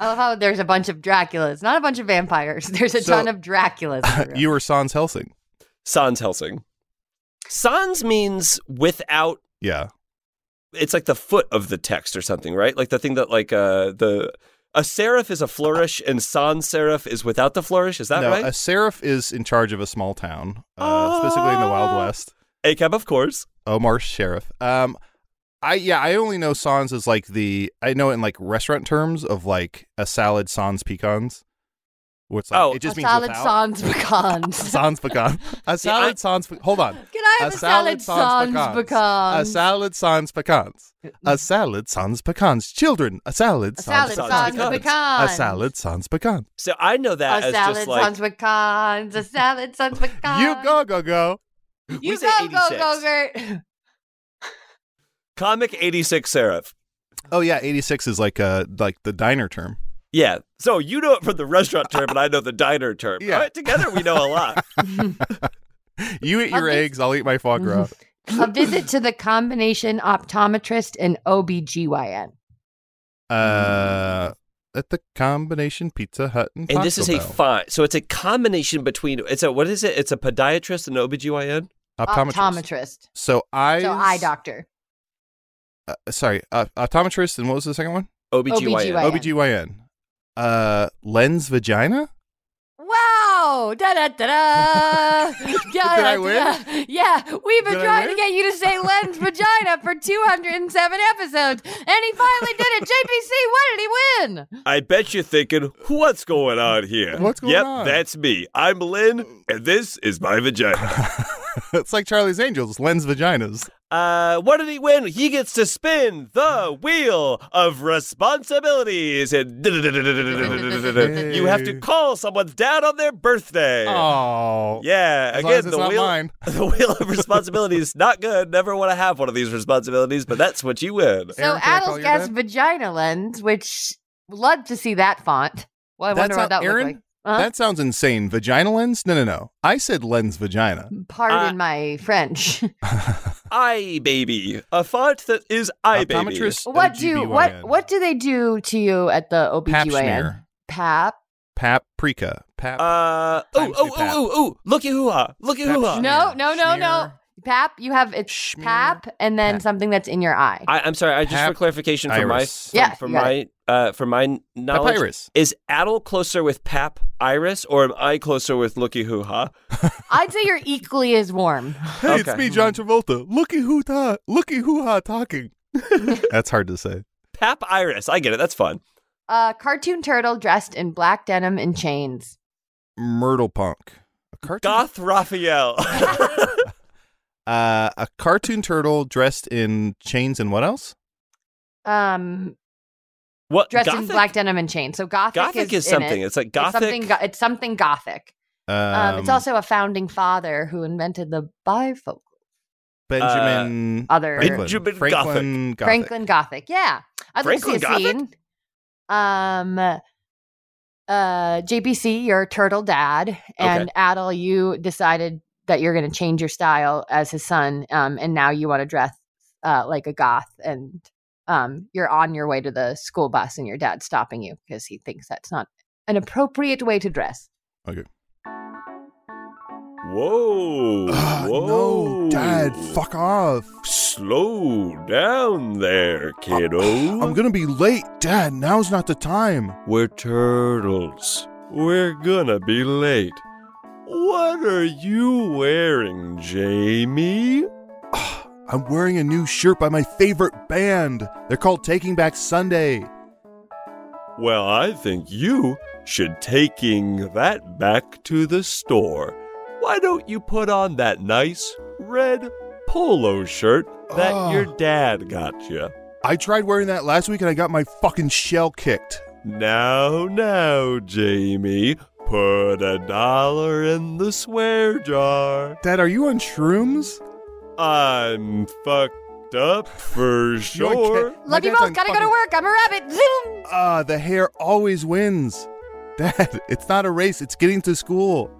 [SPEAKER 4] love how oh, there's a bunch of Draculas, not a bunch of vampires. *laughs* There's a
[SPEAKER 2] So-
[SPEAKER 4] ton of Draculas. in the
[SPEAKER 2] *laughs*
[SPEAKER 4] room.
[SPEAKER 2] You were Sans Helsing.
[SPEAKER 3] Sans Helsing. Sans means without.
[SPEAKER 2] Yeah.
[SPEAKER 3] It's like the foot of the text or something, right? Like the thing that like uh the a serif is a flourish and sans serif is without the flourish. Is that
[SPEAKER 2] no,
[SPEAKER 3] right?
[SPEAKER 2] a seraph is in charge of a small town, uh, specifically in the Wild
[SPEAKER 3] Ah.
[SPEAKER 2] West.
[SPEAKER 3] A cap, of course.
[SPEAKER 2] Omar Sheriff. Um, I yeah, I only know sans as like the I know it in like restaurant terms of like a salad sans pecans. What's like
[SPEAKER 3] Oh.
[SPEAKER 2] it just
[SPEAKER 4] a
[SPEAKER 2] means
[SPEAKER 4] salad
[SPEAKER 2] without.
[SPEAKER 4] sans
[SPEAKER 2] *laughs*
[SPEAKER 4] pecans.
[SPEAKER 2] sans pecan. A salad
[SPEAKER 3] I-
[SPEAKER 2] sans pe- hold on.
[SPEAKER 4] Can I have a, salad, sans,
[SPEAKER 2] A
[SPEAKER 4] pecans?
[SPEAKER 2] salad sans pecans. A salad sans pecans. Children, a salad
[SPEAKER 4] A
[SPEAKER 2] sans
[SPEAKER 4] salad
[SPEAKER 3] sans pecans.
[SPEAKER 4] sans pecans.
[SPEAKER 2] a salad sans pecan.
[SPEAKER 3] So I know that
[SPEAKER 4] A
[SPEAKER 3] as
[SPEAKER 4] salad
[SPEAKER 3] just like
[SPEAKER 4] sans pecans. A salad sans
[SPEAKER 2] *laughs*
[SPEAKER 4] pecans.
[SPEAKER 2] You go go go.
[SPEAKER 3] we
[SPEAKER 4] You
[SPEAKER 3] say
[SPEAKER 4] go, go,
[SPEAKER 3] 86.
[SPEAKER 4] go,
[SPEAKER 2] *laughs*
[SPEAKER 4] Gert.
[SPEAKER 3] comic eighty six serif.
[SPEAKER 2] Oh yeah, 86 is like uh like the diner term.
[SPEAKER 3] Yeah. So you know it from the restaurant term, and I know the diner term.
[SPEAKER 2] Yeah.
[SPEAKER 3] All right, together we know a
[SPEAKER 2] *laughs*
[SPEAKER 3] lot.
[SPEAKER 2] You eat your
[SPEAKER 4] Okay.
[SPEAKER 2] eggs, I'll eat my foie
[SPEAKER 4] *laughs*
[SPEAKER 2] gras.
[SPEAKER 4] A visit to the combination optometrist and OBGYN.
[SPEAKER 2] uh, at the combination Pizza Hut and,
[SPEAKER 3] and this is
[SPEAKER 2] Taco
[SPEAKER 3] a
[SPEAKER 2] Bell.
[SPEAKER 3] fine. So it's a combination between it's a what is it? It's a podiatrist and OBGYN.
[SPEAKER 2] optometrist.
[SPEAKER 4] Optometrist.
[SPEAKER 2] So eyes.
[SPEAKER 4] So eye doctor.
[SPEAKER 2] Uh, sorry, uh, optometrist, and what was the second one?
[SPEAKER 4] OBGYN.
[SPEAKER 3] OBGYN.
[SPEAKER 2] OBGYN. Uh, lens vagina.
[SPEAKER 4] Wow! Da
[SPEAKER 2] *laughs*
[SPEAKER 4] da da da! Did
[SPEAKER 2] I win?
[SPEAKER 4] Yeah, we've been
[SPEAKER 2] Did I
[SPEAKER 4] trying to
[SPEAKER 2] win?
[SPEAKER 4] get you to say lens vagina for 207 episodes, and he finally did
[SPEAKER 2] *laughs*
[SPEAKER 4] it. JPC, what did he win?
[SPEAKER 3] I bet you're thinking, what's going on here?
[SPEAKER 2] What's going
[SPEAKER 3] yep,
[SPEAKER 2] on?
[SPEAKER 3] that's me. I'm Lynn, and this is my vagina.
[SPEAKER 2] *laughs* it's like Charlie's Angels. Lens vaginas.
[SPEAKER 3] uh, what did he win? He gets to spin the wheel of responsibilities, and *laughs* you have to call someone's dad on their birthday.
[SPEAKER 2] Oh.
[SPEAKER 3] Yeah,
[SPEAKER 2] As long
[SPEAKER 3] again,
[SPEAKER 2] as it's
[SPEAKER 3] the
[SPEAKER 2] not
[SPEAKER 3] wheel,
[SPEAKER 2] mine.
[SPEAKER 3] *laughs* the wheel of responsibilities not good. Never want to have one of these responsibilities, but that's what you win.
[SPEAKER 4] So
[SPEAKER 2] Aaron, can I call
[SPEAKER 4] Adel's
[SPEAKER 2] your
[SPEAKER 4] guess
[SPEAKER 2] dad?
[SPEAKER 4] vagina lens, which love to see that font. Well, I
[SPEAKER 2] That's
[SPEAKER 4] wonder what
[SPEAKER 2] not-
[SPEAKER 4] that
[SPEAKER 2] Aaron?
[SPEAKER 4] looked like. Huh?
[SPEAKER 2] That sounds insane. Vagina lens? No, no, no. I said lens vagina. uh,
[SPEAKER 4] Pardon my
[SPEAKER 2] *laughs*
[SPEAKER 4] French.
[SPEAKER 3] I baby, a font that is I baby.
[SPEAKER 2] Optometrist.
[SPEAKER 4] what do what
[SPEAKER 2] OGBYN.
[SPEAKER 4] what do they do to you at the
[SPEAKER 2] Pap
[SPEAKER 4] OBGYN?
[SPEAKER 2] smear.
[SPEAKER 4] Pap.
[SPEAKER 2] Paprika. Pap.
[SPEAKER 3] Uh oh
[SPEAKER 2] Times
[SPEAKER 3] oh
[SPEAKER 2] New Pap.
[SPEAKER 3] oh oh oh! Looky hoo ha! Looky
[SPEAKER 2] Pap
[SPEAKER 3] hoo ha!
[SPEAKER 2] smear.
[SPEAKER 4] No, no, no, no.
[SPEAKER 2] Smear.
[SPEAKER 4] Pap. You have it's
[SPEAKER 2] Schmear.
[SPEAKER 4] pap, and then
[SPEAKER 2] Pap.
[SPEAKER 4] something that's in your eye.
[SPEAKER 3] I, I'm sorry. I just
[SPEAKER 2] Pap-
[SPEAKER 3] for clarification for my
[SPEAKER 2] iris.
[SPEAKER 4] Yeah,
[SPEAKER 3] for
[SPEAKER 4] you got
[SPEAKER 3] my uh for my knowledge
[SPEAKER 2] Papyrus.
[SPEAKER 3] is Adel closer with Pap Iris or am I closer with Looky hoo ha?
[SPEAKER 4] I'd say
[SPEAKER 2] *laughs*
[SPEAKER 4] you're equally as warm.
[SPEAKER 2] Hey, it's
[SPEAKER 3] Okay.
[SPEAKER 2] me, John Travolta. Looky who ta- looky who ha talking. *laughs* That's hard to say.
[SPEAKER 3] Pap Iris. I get it. That's
[SPEAKER 4] *laughs*
[SPEAKER 3] fun.
[SPEAKER 4] A cartoon turtle dressed in black denim and chains.
[SPEAKER 2] Myrtle Punk. A cartoon
[SPEAKER 3] Goth
[SPEAKER 4] *laughs*
[SPEAKER 3] Raphael.
[SPEAKER 2] uh, a cartoon turtle dressed in chains and what else?
[SPEAKER 4] Um,
[SPEAKER 3] what
[SPEAKER 4] dressed in
[SPEAKER 3] Gothic?
[SPEAKER 4] black denim and chains. So gothic,
[SPEAKER 3] Gothic is,
[SPEAKER 4] in
[SPEAKER 3] something.
[SPEAKER 4] it.
[SPEAKER 3] It's like
[SPEAKER 4] It's
[SPEAKER 3] Gothic.
[SPEAKER 4] something. go- It's something gothic.
[SPEAKER 2] Um,
[SPEAKER 4] Um, it's also a founding father who invented the bifocal.
[SPEAKER 2] Benjamin
[SPEAKER 4] other-
[SPEAKER 2] Franklin.
[SPEAKER 3] Uh, Benjamin
[SPEAKER 2] Franklin Gothic.
[SPEAKER 4] Franklin Gothic. Yeah. I'd
[SPEAKER 3] Franklin
[SPEAKER 4] like to see a
[SPEAKER 3] Gothic?
[SPEAKER 4] scene. Um uh JPC, you're turtle dad, and Adel, you decided that you're gonna change your style as his son, um, and now you want to dress uh, like a goth and um, you're on your way to the school bus and your dad's stopping you because he thinks that's not an appropriate way to dress.
[SPEAKER 3] Whoa.
[SPEAKER 2] Ah,
[SPEAKER 3] whoa.
[SPEAKER 2] no, Dad, fuck off.
[SPEAKER 3] Slow down there, kiddo.
[SPEAKER 2] I'm gonna be late, Dad. Now's not the time.
[SPEAKER 3] We're turtles. We're gonna be late. What are you wearing, Jamie?
[SPEAKER 2] I'm wearing a new shirt by my favorite band. They're called Taking Back Sunday.
[SPEAKER 3] Well, I think you should taking that back to the store. Why don't you put on that nice red polo shirt that
[SPEAKER 2] Ah.
[SPEAKER 3] your dad got you?
[SPEAKER 2] I tried wearing that last week and I got my fucking shell kicked.
[SPEAKER 3] Now, now, Jamie, put a dollar in the swear jar.
[SPEAKER 2] Dad, are you on shrooms?
[SPEAKER 3] I'm fucked up
[SPEAKER 2] *laughs*
[SPEAKER 3] for
[SPEAKER 2] No, I can't.
[SPEAKER 3] sure.
[SPEAKER 2] My
[SPEAKER 4] Love you
[SPEAKER 2] dad's
[SPEAKER 4] both.
[SPEAKER 2] on
[SPEAKER 4] Gotta go
[SPEAKER 2] fucking-
[SPEAKER 4] to work. I'm a rabbit. Zoom.
[SPEAKER 2] Ah, the hair always wins. *laughs* Dad, it's not a race, it's getting to school.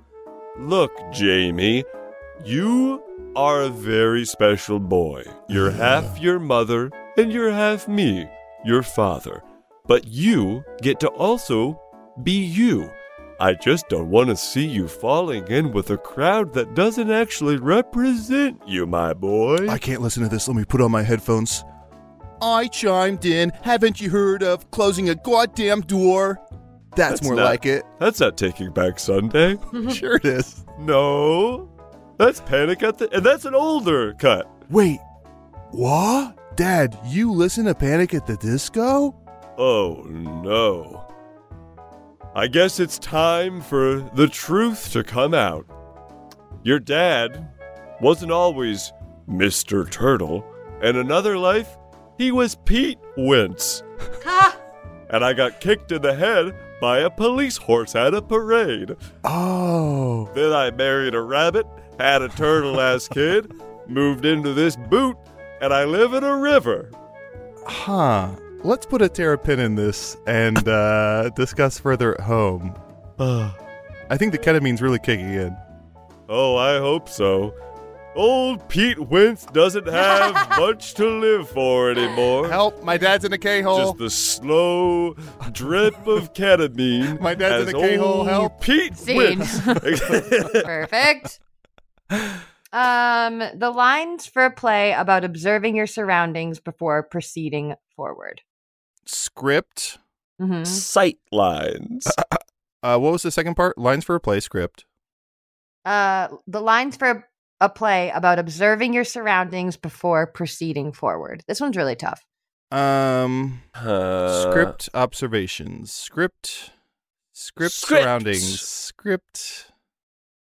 [SPEAKER 3] Look, Jamie, you are a very special boy. You're half your mother, and you're half me, your father. But you get to also be you. I just don't want to see you falling in with a crowd that doesn't actually represent you, my boy.
[SPEAKER 2] I can't listen to this. Let me put on my headphones. I chimed in. Haven't you heard of closing a goddamn door? That's, more
[SPEAKER 3] not-
[SPEAKER 2] like it.
[SPEAKER 3] That's not taking back Sunday.
[SPEAKER 2] *laughs* sure it is.
[SPEAKER 3] no. That's panic at the and that's an older cut.
[SPEAKER 2] Wait, what? Dad, you listen to Panic at the Disco?
[SPEAKER 3] Oh no. I guess it's time for the truth to come out. Your dad wasn't always Mr. Turtle. In another life, he was Pete Wentz. and I got kicked in the head by a police horse at a parade.
[SPEAKER 2] Oh,
[SPEAKER 3] Then I married a rabbit, had a turtle as kid, moved into this boot, and I live in a river.
[SPEAKER 2] huh. Let's put a terrapin in this and uh, *laughs* discuss further at home. I think the ketamine's really kicking in.
[SPEAKER 3] Oh, I hope so. Old Pete Wentz doesn't have
[SPEAKER 2] *laughs*
[SPEAKER 3] much to live for anymore.
[SPEAKER 2] Help! My dad's in a K-hole.
[SPEAKER 3] Just the slow drip of ketamine.
[SPEAKER 2] My dad's in
[SPEAKER 3] as
[SPEAKER 2] a K-hole,
[SPEAKER 3] old
[SPEAKER 2] help.
[SPEAKER 3] Pete
[SPEAKER 4] Scene. *laughs*
[SPEAKER 3] Wentz.
[SPEAKER 4] Perfect. Um, the lines for a play about observing your surroundings before proceeding forward.
[SPEAKER 2] Script.
[SPEAKER 4] hmm
[SPEAKER 3] Sight lines.
[SPEAKER 2] Uh, what was the second part? Lines for a play script.
[SPEAKER 4] Uh, the lines for a play about observing your surroundings before proceeding forward. This one's really tough.
[SPEAKER 2] Um,
[SPEAKER 3] Uh,
[SPEAKER 2] script observations. Script. Script
[SPEAKER 3] Script.
[SPEAKER 2] surroundings. Script.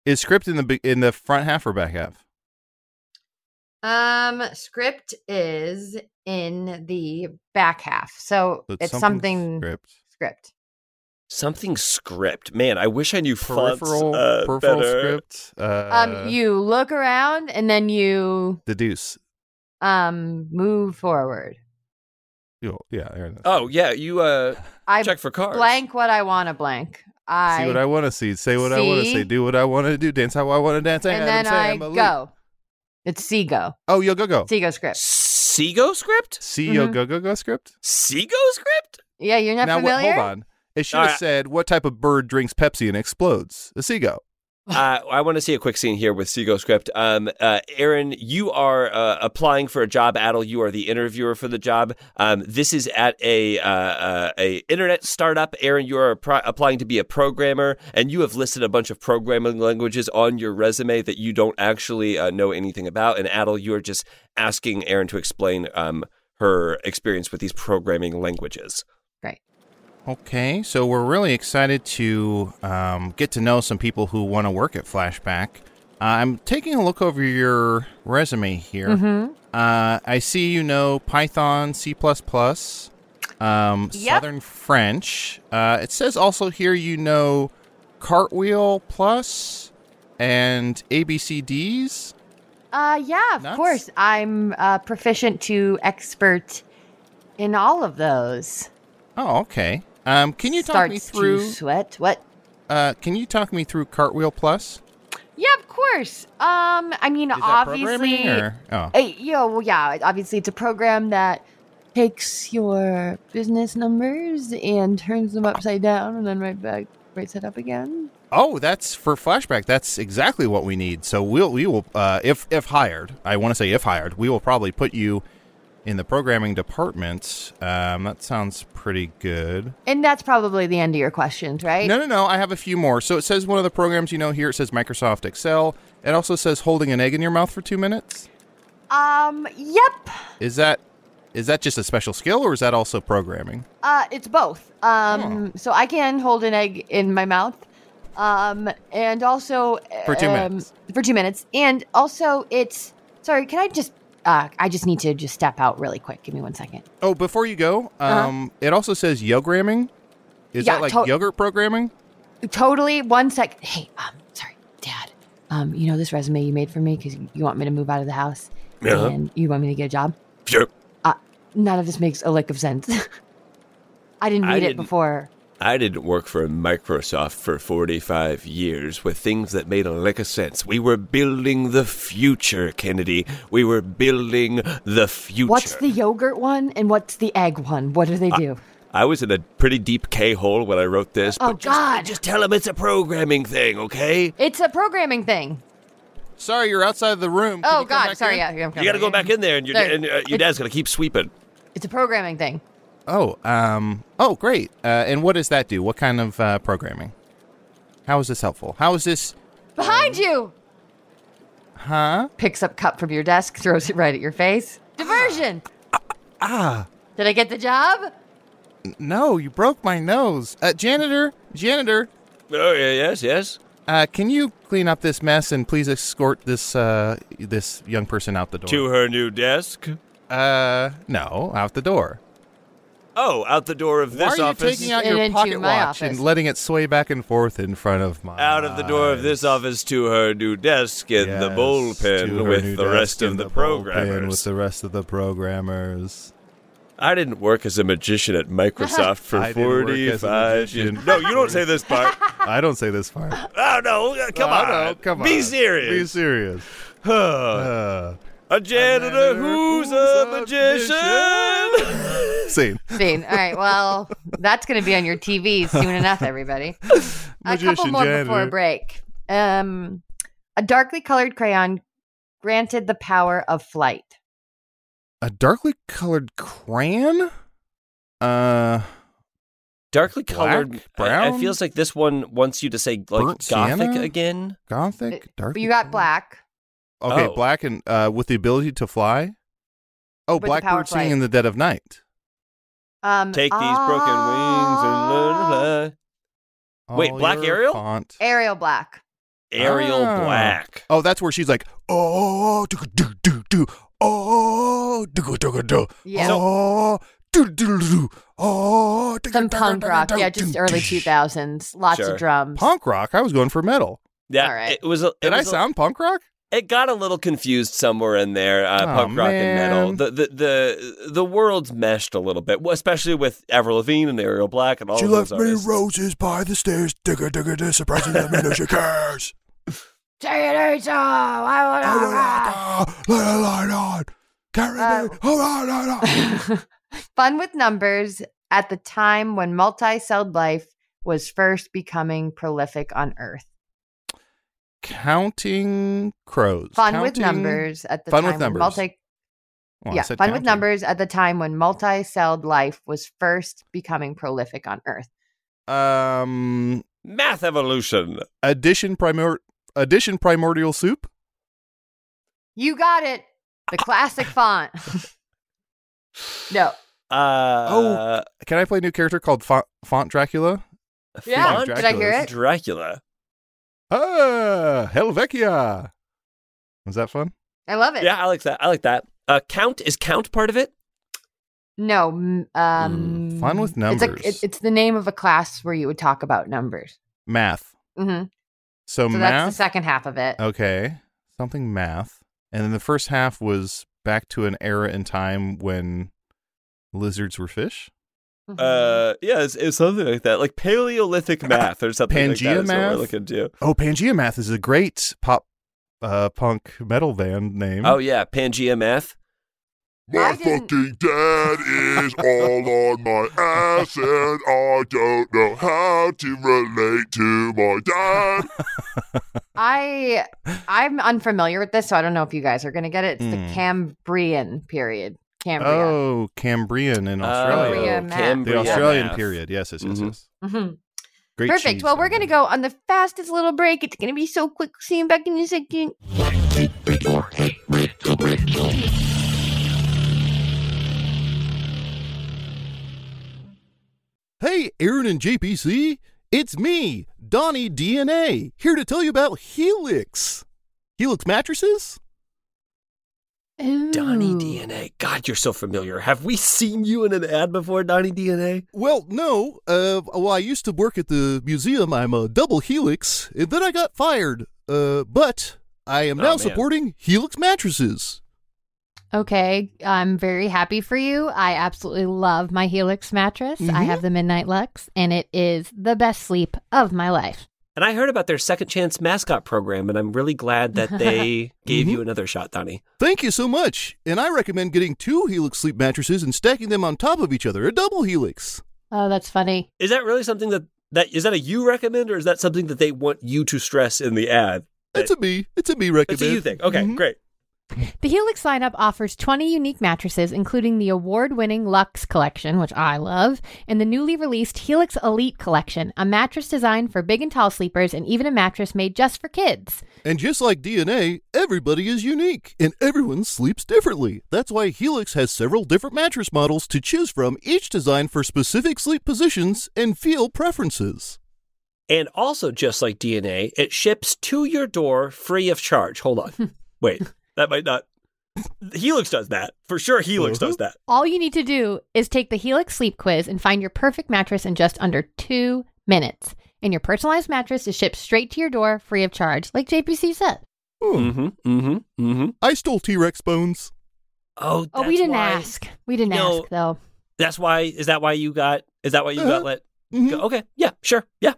[SPEAKER 2] Is script in the be- in the front half or back half?
[SPEAKER 4] Um, script is in the back half, so
[SPEAKER 2] So
[SPEAKER 4] it's, something, script.
[SPEAKER 2] script.
[SPEAKER 3] Something script. Man, I wish I knew fonts,
[SPEAKER 2] Peripheral
[SPEAKER 3] uh,
[SPEAKER 2] peripheral
[SPEAKER 3] better.
[SPEAKER 2] script. Uh,
[SPEAKER 4] um, you look around and then you
[SPEAKER 2] deduce.
[SPEAKER 4] um move forward.
[SPEAKER 2] You- yeah. there it is.
[SPEAKER 3] Oh, yeah, you uh,
[SPEAKER 4] I
[SPEAKER 3] check for cars.
[SPEAKER 4] blank what I want to blank. I
[SPEAKER 2] see what I want to see. Say what I want to
[SPEAKER 4] See?
[SPEAKER 2] say. Do what I want to do. Dance how I want to dance.
[SPEAKER 4] and
[SPEAKER 2] Adam
[SPEAKER 4] then
[SPEAKER 2] Sandler.
[SPEAKER 4] I go. It's Seago.
[SPEAKER 2] Oh, yo go go.
[SPEAKER 4] Seago script.
[SPEAKER 3] Seago script?
[SPEAKER 2] See yo
[SPEAKER 4] Mhm.
[SPEAKER 2] go go go script.
[SPEAKER 3] Seago script?
[SPEAKER 4] Yeah, you're not
[SPEAKER 2] now what?
[SPEAKER 4] familiar.
[SPEAKER 2] Hold on. It should
[SPEAKER 3] All
[SPEAKER 2] have
[SPEAKER 3] right.
[SPEAKER 2] said what type of bird drinks Pepsi and explodes. A seagull.
[SPEAKER 3] uh, I want to see a quick scene here with Seago Script. Um, uh, Aaron, you are uh, applying for a job. Adel, you are the interviewer for the job. Um, this is at a uh, uh, a internet startup. Aaron, you are appri- applying to be a programmer, and you have listed a bunch of programming languages on your resume that you don't actually uh, know anything about. And Adel, you are just asking Aaron to explain um, her experience with these programming languages.
[SPEAKER 4] Great.
[SPEAKER 2] Okay, so we're really excited to um, get to know some people who want to work at Flashback. Uh, I'm taking a look over your resume here.
[SPEAKER 4] Mm-hmm.
[SPEAKER 2] Uh, I see you know Python, C, um, Southern French. Uh, it says also here you know Cartwheel Plus and ABCDs.
[SPEAKER 4] Uh, yeah, of
[SPEAKER 2] Nuts?
[SPEAKER 4] course. I'm uh, proficient to expert in all of those.
[SPEAKER 2] Oh, okay. Um, can you talk
[SPEAKER 4] Starts
[SPEAKER 2] me through?
[SPEAKER 4] to sweat. What?
[SPEAKER 2] Uh, can you talk me through Cartwheel Plus?
[SPEAKER 4] Yeah, of course. Um, I mean,
[SPEAKER 2] Is that
[SPEAKER 4] obviously,
[SPEAKER 2] programming or- oh.
[SPEAKER 4] Uh, yeah, well, yeah. Obviously, it's a program that takes your business numbers and turns them upside down and then right back, right side up again.
[SPEAKER 2] Oh, that's for flashback. That's exactly what we need. So we'll we will uh, if if hired. I want to say if hired, we will probably put you in the programming department. Um, that sounds pretty good.
[SPEAKER 4] And that's probably the end of your questions, right?
[SPEAKER 2] No, no, no. I have a few more. So it says one of the programs you know here. It says Microsoft Excel. It also says holding an egg in your mouth for two minutes.
[SPEAKER 4] Um, yep.
[SPEAKER 2] Is that is that just a special skill or is that also programming?
[SPEAKER 4] Uh, it's both. Um,
[SPEAKER 2] Oh.
[SPEAKER 4] so I can hold an egg in my mouth. Um, and also
[SPEAKER 2] For two
[SPEAKER 4] um,
[SPEAKER 2] minutes.
[SPEAKER 4] For two minutes, and also it's sorry. Can I just? Uh, I just need to just step out really quick. Give me one second.
[SPEAKER 2] Oh, before you go, um, it also says yogramming. Is
[SPEAKER 4] Uh-huh. Yeah,
[SPEAKER 2] that like
[SPEAKER 4] to-
[SPEAKER 2] yogurt programming?
[SPEAKER 4] Totally. One sec. Hey, um, sorry, Dad. Um, you know this resume you made for me because you want me to move out of the house
[SPEAKER 3] Yeah.
[SPEAKER 4] and you want me to get a job.
[SPEAKER 3] Sure.
[SPEAKER 4] Uh, none of this makes a lick of sense. *laughs* I didn't
[SPEAKER 3] I
[SPEAKER 4] read it
[SPEAKER 3] didn't-
[SPEAKER 4] before.
[SPEAKER 3] I didn't work for Microsoft for 45 years with things that made a lick of sense. We were building the future, Kennedy. We were building the future.
[SPEAKER 4] What's the yogurt one and what's the egg one? What do they do?
[SPEAKER 3] I was in a pretty deep K hole when I wrote this.
[SPEAKER 4] Oh,
[SPEAKER 3] but just-
[SPEAKER 4] God.
[SPEAKER 3] Just tell him it's a programming thing, okay?
[SPEAKER 4] it's a programming thing.
[SPEAKER 2] Sorry, you're outside of the room. Can
[SPEAKER 4] Oh
[SPEAKER 2] you come
[SPEAKER 4] God,
[SPEAKER 2] back
[SPEAKER 4] sorry.
[SPEAKER 2] in?
[SPEAKER 4] Yeah, yeah, I'm
[SPEAKER 3] You gotta go
[SPEAKER 4] coming.
[SPEAKER 3] back in there, and your,
[SPEAKER 4] There.
[SPEAKER 3] and, uh, your dad's gonna keep sweeping.
[SPEAKER 4] It's a programming thing.
[SPEAKER 2] Oh, um, oh, great. Uh, and what does that do? What kind of uh, programming? How is this helpful? How is this?
[SPEAKER 4] Behind you.
[SPEAKER 2] Huh?
[SPEAKER 4] Picks up cup from your desk, throws it right at your face. Diversion.
[SPEAKER 2] Ah,
[SPEAKER 4] Did I get the job?
[SPEAKER 2] no, you broke my nose. Uh, janitor, janitor,
[SPEAKER 3] Oh, yeah, yes, yes.
[SPEAKER 2] uh, can you clean up this mess and please escort this uh, this young person out the door?
[SPEAKER 3] To her new desk.
[SPEAKER 2] Uh, no, out the door.
[SPEAKER 3] Oh, out the door of
[SPEAKER 2] Why
[SPEAKER 3] this
[SPEAKER 2] are
[SPEAKER 3] office.
[SPEAKER 2] you taking out
[SPEAKER 4] And
[SPEAKER 2] your
[SPEAKER 4] into
[SPEAKER 2] pocket
[SPEAKER 4] my
[SPEAKER 2] watch
[SPEAKER 4] office.
[SPEAKER 2] and letting it sway back and forth in front of my
[SPEAKER 3] out of the door of this office to her new desk in the
[SPEAKER 2] Yes, to
[SPEAKER 3] bullpen
[SPEAKER 2] her
[SPEAKER 3] with
[SPEAKER 2] new
[SPEAKER 3] the
[SPEAKER 2] desk
[SPEAKER 3] rest
[SPEAKER 2] in
[SPEAKER 3] of the
[SPEAKER 2] bullpen
[SPEAKER 3] programmers.
[SPEAKER 2] With the rest of the programmers.
[SPEAKER 3] I didn't work as a magician at Microsoft
[SPEAKER 2] *laughs*
[SPEAKER 3] for
[SPEAKER 2] I didn't work as a
[SPEAKER 3] 45 years.
[SPEAKER 2] magician.
[SPEAKER 3] No, you don't say
[SPEAKER 2] *laughs*
[SPEAKER 3] this part.
[SPEAKER 2] I don't say this
[SPEAKER 4] *laughs*
[SPEAKER 2] part.
[SPEAKER 3] Oh, no. uh, Come
[SPEAKER 2] Oh,
[SPEAKER 3] on.
[SPEAKER 2] no, come on.
[SPEAKER 3] Be
[SPEAKER 2] Be
[SPEAKER 3] serious.
[SPEAKER 2] serious. Uh,
[SPEAKER 3] a janitor who's a
[SPEAKER 2] *laughs*
[SPEAKER 3] magician.
[SPEAKER 2] Scene.
[SPEAKER 4] Scene. All right. Well, that's going to be on your TV soon enough, everybody. a couple
[SPEAKER 2] Magician
[SPEAKER 4] more before
[SPEAKER 2] janitor.
[SPEAKER 4] break. Um, a darkly colored crayon granted the power of flight.
[SPEAKER 2] A darkly colored crayon? Uh,
[SPEAKER 3] Darkly
[SPEAKER 2] colored-
[SPEAKER 3] colored.
[SPEAKER 2] brown?
[SPEAKER 3] It feels like this one wants you to say like
[SPEAKER 2] Burnt
[SPEAKER 3] gothic
[SPEAKER 2] sienna?
[SPEAKER 3] again.
[SPEAKER 2] gothic? Dark?
[SPEAKER 4] But Uh, you got black.
[SPEAKER 2] Okay,
[SPEAKER 3] Oh.
[SPEAKER 2] black and uh, with the ability to fly. Oh,
[SPEAKER 4] With the power
[SPEAKER 2] Blackbird
[SPEAKER 4] flight.
[SPEAKER 2] singing in the dead of night.
[SPEAKER 4] Um,
[SPEAKER 3] Take these broken wings and learn to
[SPEAKER 4] ah,
[SPEAKER 3] fly. Wait,
[SPEAKER 2] All
[SPEAKER 3] Black
[SPEAKER 2] your
[SPEAKER 3] Ariel?
[SPEAKER 2] font-
[SPEAKER 4] Ariel black.
[SPEAKER 3] Ariel
[SPEAKER 2] Ah.
[SPEAKER 3] Black.
[SPEAKER 2] Oh, that's where she's like, oh, do do do do, oh, do do do,
[SPEAKER 4] Yeah.
[SPEAKER 2] oh, do do do, oh, digga,
[SPEAKER 4] Some
[SPEAKER 2] digga,
[SPEAKER 4] punk
[SPEAKER 2] digga,
[SPEAKER 4] rock.
[SPEAKER 2] digga,
[SPEAKER 4] Yeah, just
[SPEAKER 2] do,
[SPEAKER 4] early
[SPEAKER 2] do.
[SPEAKER 4] 2000s. Lots
[SPEAKER 3] Sure.
[SPEAKER 4] of drums.
[SPEAKER 2] Punk rock. I was going for metal.
[SPEAKER 3] Yeah,
[SPEAKER 4] All right.
[SPEAKER 3] it was. A, it
[SPEAKER 2] Did I
[SPEAKER 3] was a-
[SPEAKER 2] sound punk rock?
[SPEAKER 3] It got a little confused somewhere in there, uh,
[SPEAKER 2] Aw,
[SPEAKER 3] punk rock and metal.
[SPEAKER 2] man.
[SPEAKER 3] The, the the the worlds meshed a little bit, well, especially with Avril Lavigne and Ariel Black and all
[SPEAKER 2] She
[SPEAKER 3] of
[SPEAKER 2] left
[SPEAKER 3] those
[SPEAKER 2] me
[SPEAKER 3] artists.
[SPEAKER 2] roses by the stairs. Digga digga digga, surprising that me no she
[SPEAKER 4] *laughs*
[SPEAKER 2] cares.
[SPEAKER 4] Terminator, I wanna
[SPEAKER 2] I
[SPEAKER 4] rock.
[SPEAKER 2] don't like let a light on. Carry
[SPEAKER 4] Oh.
[SPEAKER 2] me. Oh, Hold on, hold on.
[SPEAKER 4] *laughs* Fun with numbers at the time when multi celled life was first becoming prolific on Earth.
[SPEAKER 2] Counting crows.
[SPEAKER 4] Fun with numbers at the
[SPEAKER 2] Fun
[SPEAKER 4] time
[SPEAKER 2] with
[SPEAKER 4] when
[SPEAKER 2] numbers.
[SPEAKER 4] multi
[SPEAKER 3] Oh,
[SPEAKER 4] yeah, fun with numbers at the time when multi-celled life was first becoming prolific on Earth.
[SPEAKER 2] Um,
[SPEAKER 3] Math evolution.
[SPEAKER 2] addition primor addition primordial soup.
[SPEAKER 4] You got it. The
[SPEAKER 2] *laughs*
[SPEAKER 4] classic font. no.
[SPEAKER 3] Uh,
[SPEAKER 2] Oh, Can I play a new character called Font, Font Dracula?
[SPEAKER 4] Yeah.
[SPEAKER 2] Font
[SPEAKER 4] Did I hear
[SPEAKER 2] Dracula's
[SPEAKER 4] it?
[SPEAKER 3] Dracula.
[SPEAKER 2] Ah, Helvetia. Was that fun?
[SPEAKER 4] I love it.
[SPEAKER 3] Yeah, I like that. I like that. Uh, count is count part of it.
[SPEAKER 4] No. m- Um,
[SPEAKER 2] Mm, fun with numbers.
[SPEAKER 4] It's, a, it- it's the name of a class where you would talk about numbers.
[SPEAKER 2] Math.
[SPEAKER 4] hmm
[SPEAKER 2] So,
[SPEAKER 4] So that's the
[SPEAKER 2] Oh, math. Oh.
[SPEAKER 4] second half of it.
[SPEAKER 2] okay, something math, and then the first half was back to an era in time when lizards were fish.
[SPEAKER 4] Mhm.
[SPEAKER 3] Uh, yeah, it's, it's something like
[SPEAKER 2] *laughs*
[SPEAKER 3] that, like Paleolithic math or something. like
[SPEAKER 2] Pangea
[SPEAKER 3] that is what
[SPEAKER 2] math?
[SPEAKER 3] we're looking to.
[SPEAKER 2] Oh, Pangea math is a great pop uh, punk metal band name.
[SPEAKER 3] Oh yeah, Pangea Math.
[SPEAKER 4] I
[SPEAKER 6] My
[SPEAKER 4] didn't-
[SPEAKER 6] fucking dad is all on my ass, and I don't know how to relate to my dad.
[SPEAKER 4] I I'm unfamiliar with this, so I don't know if you guys are gonna get it. It's
[SPEAKER 2] Hmm.
[SPEAKER 4] the Cambrian period. Cambria.
[SPEAKER 2] Oh, Cambrian in Australia.
[SPEAKER 4] Cambrian
[SPEAKER 3] Oh,
[SPEAKER 4] math.
[SPEAKER 3] Cambria
[SPEAKER 2] The Australian
[SPEAKER 3] math.
[SPEAKER 2] period. Yes, yes, yes,
[SPEAKER 3] Mhm.
[SPEAKER 2] yes.
[SPEAKER 4] Mhm.
[SPEAKER 2] Great
[SPEAKER 4] Perfect.
[SPEAKER 2] cheese
[SPEAKER 4] Well, we're
[SPEAKER 2] over
[SPEAKER 4] going to
[SPEAKER 2] there.
[SPEAKER 4] go on the fastest little break. It's going to be so quick. See you back in a second.
[SPEAKER 2] Hey, Aaron and JPC, it's me, Donnie DNA, here to tell you about Helix. Helix mattresses?
[SPEAKER 7] Hmm.
[SPEAKER 3] Donnie DNA. God, you're so familiar. Have we seen you in an ad before, Donnie DNA?
[SPEAKER 2] Well, no. Uh, well, I used to work at the museum. I'm a double Helix, and then I got fired. Uh, but I am
[SPEAKER 3] Oh,
[SPEAKER 2] now
[SPEAKER 3] man.
[SPEAKER 2] supporting Helix mattresses.
[SPEAKER 7] Okay, I'm very happy for you. I absolutely love my Helix mattress. I have the Midnight Lux, and it is the best sleep of my life.
[SPEAKER 3] And I heard about their second chance mascot program, and I'm really glad
[SPEAKER 7] *laughs*
[SPEAKER 3] that they gave
[SPEAKER 7] Mm-hmm.
[SPEAKER 3] you another shot, Donnie.
[SPEAKER 2] Thank you so much, and I recommend getting two Helix sleep mattresses and stacking them on top of each other, a double Helix.
[SPEAKER 7] Oh, that's funny.
[SPEAKER 3] Is that really something that that is that a you recommend, or is that something that they want you to stress in the ad?
[SPEAKER 2] It's a me. It's a me recommend.
[SPEAKER 3] It's a you thing. Okay,
[SPEAKER 7] Mm-hmm.
[SPEAKER 2] Mhm.
[SPEAKER 3] great.
[SPEAKER 7] The Helix lineup offers 20 unique mattresses, including the award winning Lux collection, which I love, and the newly released Helix Elite collection, a mattress designed for big and tall sleepers, and even a mattress made just for kids.
[SPEAKER 2] And just like DNA, everybody is unique and everyone sleeps differently. That's why Helix has several different mattress models to choose from, each designed for specific sleep positions and feel preferences.
[SPEAKER 3] And also, just like DNA, it ships to your door free of charge. Hold
[SPEAKER 7] *laughs*
[SPEAKER 3] on. Wait, that might not. Helix does that. For sure, Helix does that.
[SPEAKER 7] All you need to do is take the Helix sleep quiz and find your perfect mattress in just under two minutes. And your personalized mattress is shipped straight to your door free of charge, like JPC said.
[SPEAKER 3] Mm hmm. Mm hmm. Mm hmm.
[SPEAKER 2] I stole T Rex bones.
[SPEAKER 3] Oh,
[SPEAKER 7] Oh, we
[SPEAKER 3] that's
[SPEAKER 7] didn't
[SPEAKER 3] why-
[SPEAKER 7] ask. We didn't
[SPEAKER 3] No.
[SPEAKER 7] ask, though.
[SPEAKER 3] That's why. Is that why you got? Is that why you
[SPEAKER 2] Uh-huh.
[SPEAKER 3] got let?
[SPEAKER 2] Mhm.
[SPEAKER 3] Go? Okay. Yeah. Sure. Yeah.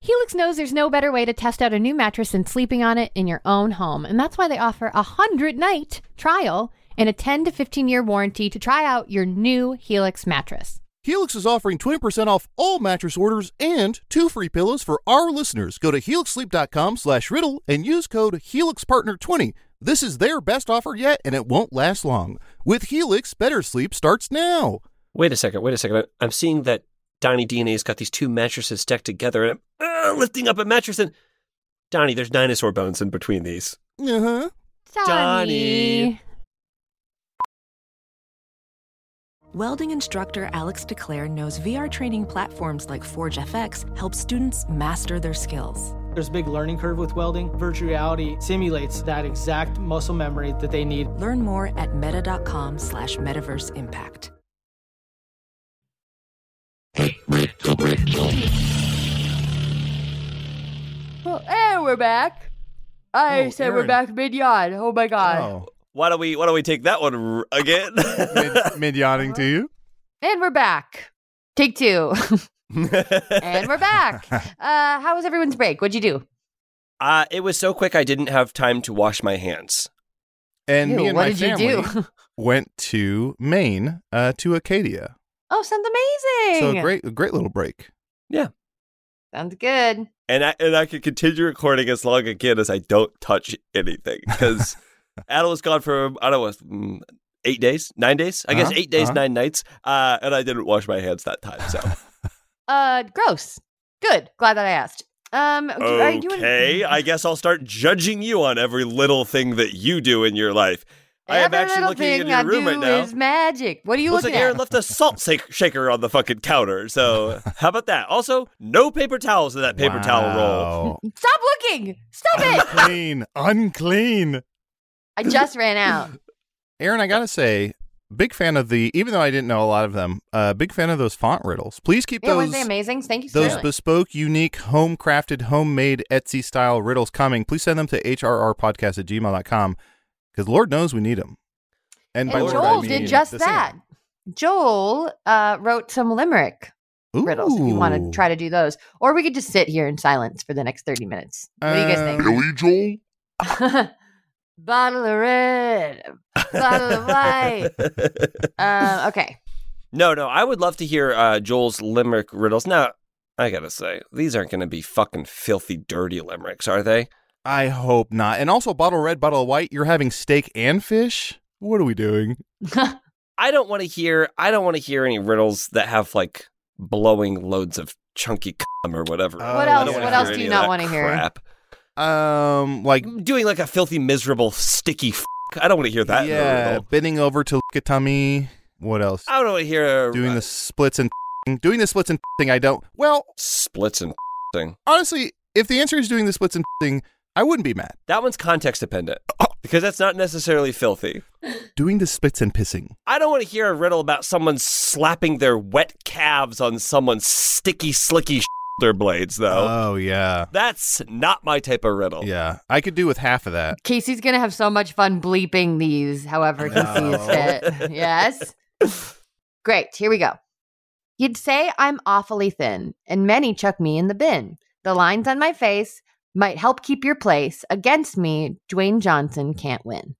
[SPEAKER 7] Helix knows there's no better way to test out a new mattress than sleeping on it in your own home. And that's why they offer a 100 night trial and a 10 to 15 year warranty to try out your new Helix mattress.
[SPEAKER 2] Helix is offering 20% off all mattress orders and two free pillows for our listeners. Go to helixsleep.com slash riddle and use code HelixPartner20. This is their best offer yet, and it won't last long. With Helix, better sleep starts now.
[SPEAKER 3] Wait a second. Wait a second. I- I'm seeing that Donnie DNA's got these two mattresses stacked together, and I'm uh, lifting up a mattress and Donnie, there's dinosaur bones in between these.
[SPEAKER 2] Uh-huh.
[SPEAKER 3] Donnie.
[SPEAKER 8] Welding instructor Alex DeClaire *laughs* knows VR training platforms like Forge FX help students master their skills.
[SPEAKER 9] There's a big learning curve with welding. Virtual reality simulates that exact muscle memory that they need.
[SPEAKER 8] Learn more at meta.com slash metaverse impact.
[SPEAKER 4] Well, and we're back. I
[SPEAKER 2] Oh,
[SPEAKER 4] said
[SPEAKER 2] Aaron.
[SPEAKER 4] we're back mid yod. Oh my god.
[SPEAKER 2] Oh,
[SPEAKER 3] Why don't we? Why don't we take that one r- *laughs* again?
[SPEAKER 2] *laughs* mid yawning to you.
[SPEAKER 4] And we're back.
[SPEAKER 2] *laughs*
[SPEAKER 4] Take two. and we're back. Uh, how was everyone's break? What'd you do?
[SPEAKER 3] Uh, it was so quick I didn't have time to wash my hands.
[SPEAKER 2] And
[SPEAKER 4] Ew,
[SPEAKER 2] me and
[SPEAKER 4] what
[SPEAKER 2] my
[SPEAKER 4] did
[SPEAKER 2] family
[SPEAKER 4] you do? *laughs*
[SPEAKER 2] went to Maine uh, to Acadia.
[SPEAKER 4] oh, sounds amazing.
[SPEAKER 2] So great, a great little break.
[SPEAKER 3] Yeah.
[SPEAKER 4] Sounds good.
[SPEAKER 3] And I and I could continue recording as long again as I don't touch anything
[SPEAKER 4] *laughs*
[SPEAKER 3] because Adam was gone for I don't know mm, eight days, nine days, I guess
[SPEAKER 2] Uh-huh,
[SPEAKER 3] eight days,
[SPEAKER 2] uh-huh.
[SPEAKER 3] nine nights, uh, and I didn't wash my hands that time.
[SPEAKER 4] *laughs*
[SPEAKER 3] So
[SPEAKER 4] Uh, gross. Good. Glad that I asked. Um, do- are you doing-
[SPEAKER 3] okay, I guess I'll start judging you on every little thing that you do in your life. I am
[SPEAKER 4] Every
[SPEAKER 3] actually
[SPEAKER 4] little
[SPEAKER 3] looking in
[SPEAKER 4] thing
[SPEAKER 3] your
[SPEAKER 4] I
[SPEAKER 3] room
[SPEAKER 4] do
[SPEAKER 3] right now.
[SPEAKER 4] Is magic. What are you
[SPEAKER 3] Looks
[SPEAKER 4] looking
[SPEAKER 3] like Aaron
[SPEAKER 4] at?
[SPEAKER 3] left a salt shak- shaker on the fucking counter. So
[SPEAKER 4] *laughs*
[SPEAKER 3] how about that? Also, no paper towels in that paper towel roll.
[SPEAKER 4] *laughs* Stop looking. Stop it.
[SPEAKER 3] *laughs*
[SPEAKER 2] Clean, unclean.
[SPEAKER 4] I just ran out.
[SPEAKER 2] Aaron, I gotta say, big fan of the. Even though I didn't know a lot of them, uh, big fan of those font riddles. Please keep
[SPEAKER 4] Yeah,
[SPEAKER 2] those.
[SPEAKER 4] weren't they amazing? Thank you so
[SPEAKER 2] Those
[SPEAKER 4] much.
[SPEAKER 2] bespoke, unique, home crafted, homemade Etsy style riddles coming. Please send them to hrrpodcast at gmail.com because Lord knows we need them. And, by
[SPEAKER 4] and
[SPEAKER 2] Lord,
[SPEAKER 4] Joel
[SPEAKER 2] I
[SPEAKER 4] did
[SPEAKER 2] mean
[SPEAKER 4] just
[SPEAKER 2] the singer.
[SPEAKER 4] that. Joel uh, wrote some limerick riddles. If you want to
[SPEAKER 2] Ooh.
[SPEAKER 4] try to do those, or we could just sit here in silence for the next thirty minutes. What do you guys
[SPEAKER 2] Um,
[SPEAKER 4] think?
[SPEAKER 6] Billy Joel?
[SPEAKER 4] I *laughs* Bottle of red, bottle
[SPEAKER 2] *laughs*
[SPEAKER 4] of white.
[SPEAKER 3] *laughs*
[SPEAKER 4] Uh, okay.
[SPEAKER 3] No, no, I would love to hear uh, Joel's limerick riddles. Now, I gotta say, these aren't gonna be fucking filthy, dirty limericks, are they?
[SPEAKER 2] I hope not. And also, bottle red, bottle white. You're having steak and fish. What are we doing?
[SPEAKER 3] I don't want to hear. I don't want to hear any riddles that have like blowing loads of chunky cum or whatever.
[SPEAKER 4] What
[SPEAKER 3] Oh, I don't
[SPEAKER 4] else-
[SPEAKER 3] wanna
[SPEAKER 4] what
[SPEAKER 3] hear
[SPEAKER 4] else do
[SPEAKER 3] any
[SPEAKER 4] you
[SPEAKER 3] of
[SPEAKER 4] not
[SPEAKER 3] that
[SPEAKER 4] wanna hear?
[SPEAKER 3] Crap.
[SPEAKER 2] Um, like
[SPEAKER 3] doing like a filthy, miserable, sticky. F- I don't want to hear that. in a
[SPEAKER 2] yeah,
[SPEAKER 3] riddle.
[SPEAKER 2] bending over to look at tummy. What else?
[SPEAKER 3] I don't want to hear
[SPEAKER 2] doing the splits and doing the splits and thing. I don't. Well,
[SPEAKER 3] splits and thing.
[SPEAKER 2] honestly, if the answer is doing the splits and thing, I wouldn't be mad.
[SPEAKER 3] That one's context dependent because that's not necessarily filthy.
[SPEAKER 2] Doing the splits and pissing.
[SPEAKER 3] I don't want to hear a riddle about someone slapping their wet calves on someone's sticky, slicky *laughs* shoulder blades, though.
[SPEAKER 2] Oh yeah,
[SPEAKER 3] That's not my type of riddle.
[SPEAKER 2] yeah. I could do with half of that.
[SPEAKER 4] Casey's gonna have so much fun bleeping these, however he sees
[SPEAKER 3] *laughs*
[SPEAKER 4] fit. Yes. Great. Here we go. You'd say I'm awfully thin, and many chuck me in the bin. The lines on my face might help keep your place. Against me, Dwayne Johnson can't win.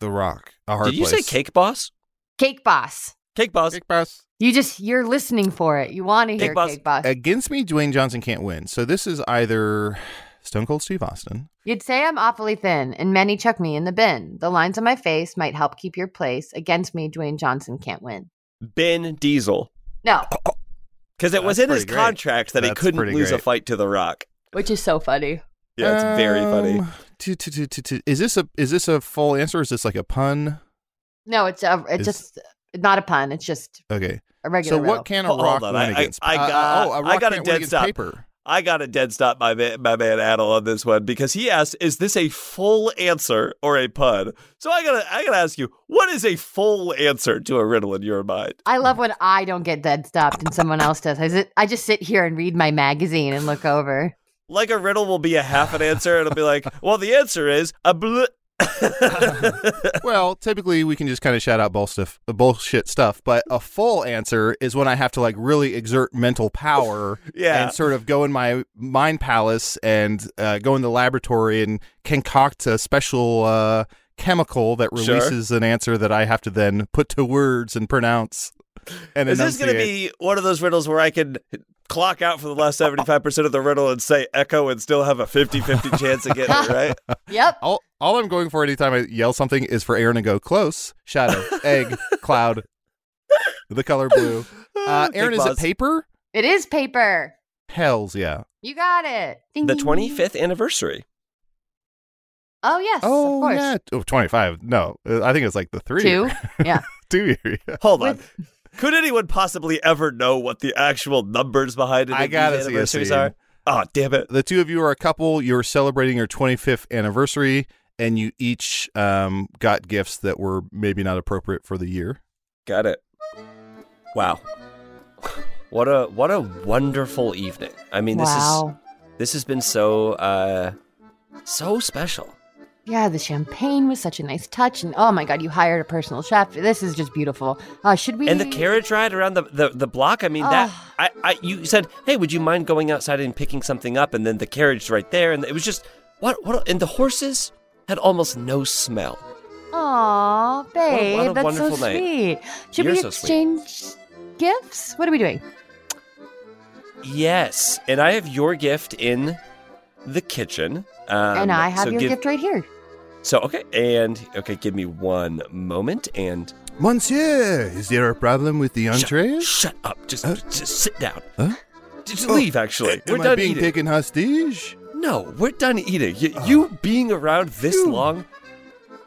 [SPEAKER 2] The Rock, a hard.
[SPEAKER 3] Did you
[SPEAKER 2] place.
[SPEAKER 3] say cake boss?
[SPEAKER 4] Cake boss.
[SPEAKER 3] Cake boss.
[SPEAKER 2] Cake boss.
[SPEAKER 4] You just you're listening for it. You want to
[SPEAKER 3] Cake
[SPEAKER 4] hear
[SPEAKER 3] boss.
[SPEAKER 4] cake boss.
[SPEAKER 2] Against me, Dwayne Johnson can't win. So this is either Stone Cold Steve Austin.
[SPEAKER 4] You'd say I'm awfully thin, and many chuck me in the bin. The lines on my face might help keep your place. Against me, Dwayne Johnson can't win.
[SPEAKER 3] Ben Diesel.
[SPEAKER 4] No,
[SPEAKER 3] Because it was
[SPEAKER 2] That's
[SPEAKER 3] in his
[SPEAKER 2] pretty great.
[SPEAKER 3] contract that he
[SPEAKER 2] That's
[SPEAKER 3] couldn't
[SPEAKER 2] pretty
[SPEAKER 3] lose a
[SPEAKER 2] great.
[SPEAKER 3] fight to The Rock.
[SPEAKER 4] which is so funny.
[SPEAKER 3] Yeah, it's very funny.
[SPEAKER 2] Um, tu- tu- tu- tu- tu- Is this a is this a full answer? Is this like a pun?
[SPEAKER 4] No, it's a, it's
[SPEAKER 2] Is-
[SPEAKER 4] just not a pun. It's just
[SPEAKER 2] Okay.
[SPEAKER 4] a regular.
[SPEAKER 2] So what can
[SPEAKER 4] can
[SPEAKER 2] a
[SPEAKER 3] Hold-
[SPEAKER 2] rock
[SPEAKER 3] hold on,
[SPEAKER 2] win
[SPEAKER 3] I- I-
[SPEAKER 2] against?
[SPEAKER 3] I
[SPEAKER 2] Uh,
[SPEAKER 3] got-
[SPEAKER 2] oh,
[SPEAKER 3] I
[SPEAKER 2] a rock
[SPEAKER 3] got
[SPEAKER 2] can't
[SPEAKER 3] a
[SPEAKER 2] win
[SPEAKER 3] dead
[SPEAKER 2] against
[SPEAKER 3] stop.
[SPEAKER 2] Paper.
[SPEAKER 3] I got a dead stop, my man, my man Adel, on this one because he asked, "Is this a full answer or a pun?" So I gotta, I gotta ask you, what is a full answer to a riddle in your mind?
[SPEAKER 4] I love when I don't get dead stopped and someone else does. I sit, I just sit here and read my magazine and look over.
[SPEAKER 3] Like a riddle will be a half an answer, and it'll be
[SPEAKER 2] *laughs*
[SPEAKER 3] like, "Well, the answer is a bl."
[SPEAKER 2] Well, typically we can just kind of shout out bull stuff, bullshit stuff, but a full answer is when I have to like really exert mental power
[SPEAKER 3] *laughs* Yeah.
[SPEAKER 2] and sort of go in my mind palace and uh, go in the laboratory and concoct a special uh, chemical that
[SPEAKER 3] Sure.
[SPEAKER 2] releases an answer that I have to then put to words and pronounce. And
[SPEAKER 3] Is this going to
[SPEAKER 2] enunciate.
[SPEAKER 3] be one of those riddles where I can clock out for the last 75% of the riddle and say echo and still have a 50 50 chance of getting it right?
[SPEAKER 4] *laughs* Yep.
[SPEAKER 2] all, all I'm going for anytime I yell something is for Aaron to go close, *laughs* shadow, egg, cloud, the color blue. Uh, Aaron,
[SPEAKER 3] Big
[SPEAKER 2] is it
[SPEAKER 3] pause.
[SPEAKER 2] paper?
[SPEAKER 4] It is paper.
[SPEAKER 2] Hells yeah.
[SPEAKER 4] You got it. Ding,
[SPEAKER 3] The
[SPEAKER 4] ding, ding.
[SPEAKER 3] 25th anniversary.
[SPEAKER 4] Oh yes. of
[SPEAKER 2] Oh,
[SPEAKER 4] course.
[SPEAKER 2] yeah. Oh, 25. No, uh, I think it's like the three.
[SPEAKER 4] Two.
[SPEAKER 3] *laughs*
[SPEAKER 4] Yeah.
[SPEAKER 2] *laughs* Two year. *laughs* yeah.
[SPEAKER 3] Hold on. Could anyone possibly ever know what the actual numbers behind it
[SPEAKER 2] I gotta see a
[SPEAKER 3] anniversaries
[SPEAKER 2] scene.
[SPEAKER 3] are? Oh, damn it.
[SPEAKER 2] The two of you are a couple. You're celebrating your 25th anniversary, and you each um, got gifts that were maybe not appropriate for the year.
[SPEAKER 3] Got it. Wow. What a what a wonderful evening. I mean, this
[SPEAKER 4] wow.
[SPEAKER 3] is this has been so uh so special.
[SPEAKER 4] Yeah, the champagne was such a nice touch, and oh my god, you hired a personal chef. This is just beautiful. Uh, should we?
[SPEAKER 3] And the carriage ride around the, the, the block. I mean, that
[SPEAKER 4] Ah.
[SPEAKER 3] I, I you said, hey, would you mind going outside and picking something up? And then the carriage right there, and it was just what what. And the horses had almost no smell.
[SPEAKER 4] Aw, babe,
[SPEAKER 3] what a
[SPEAKER 4] that's so
[SPEAKER 3] wonderful night.
[SPEAKER 4] sweet. Should
[SPEAKER 3] You're
[SPEAKER 4] we
[SPEAKER 3] so sweet.
[SPEAKER 4] exchange gifts? What are we doing?
[SPEAKER 3] Yes, and I have your gift in the kitchen. Um,
[SPEAKER 4] and I have
[SPEAKER 3] so
[SPEAKER 4] your
[SPEAKER 3] give-
[SPEAKER 4] gift right here.
[SPEAKER 3] So okay, and okay, give me one moment and
[SPEAKER 2] Monsieur, is there a problem with the entrees?
[SPEAKER 3] Shut, shut up! Just, just sit down.
[SPEAKER 2] Huh?
[SPEAKER 3] Just
[SPEAKER 2] Oh,
[SPEAKER 3] leave. Actually, we're
[SPEAKER 2] Am
[SPEAKER 3] done
[SPEAKER 2] I being
[SPEAKER 3] eating.
[SPEAKER 2] taken hostage?
[SPEAKER 3] No, we're done eating. You, you being around this
[SPEAKER 2] Phew.
[SPEAKER 3] long,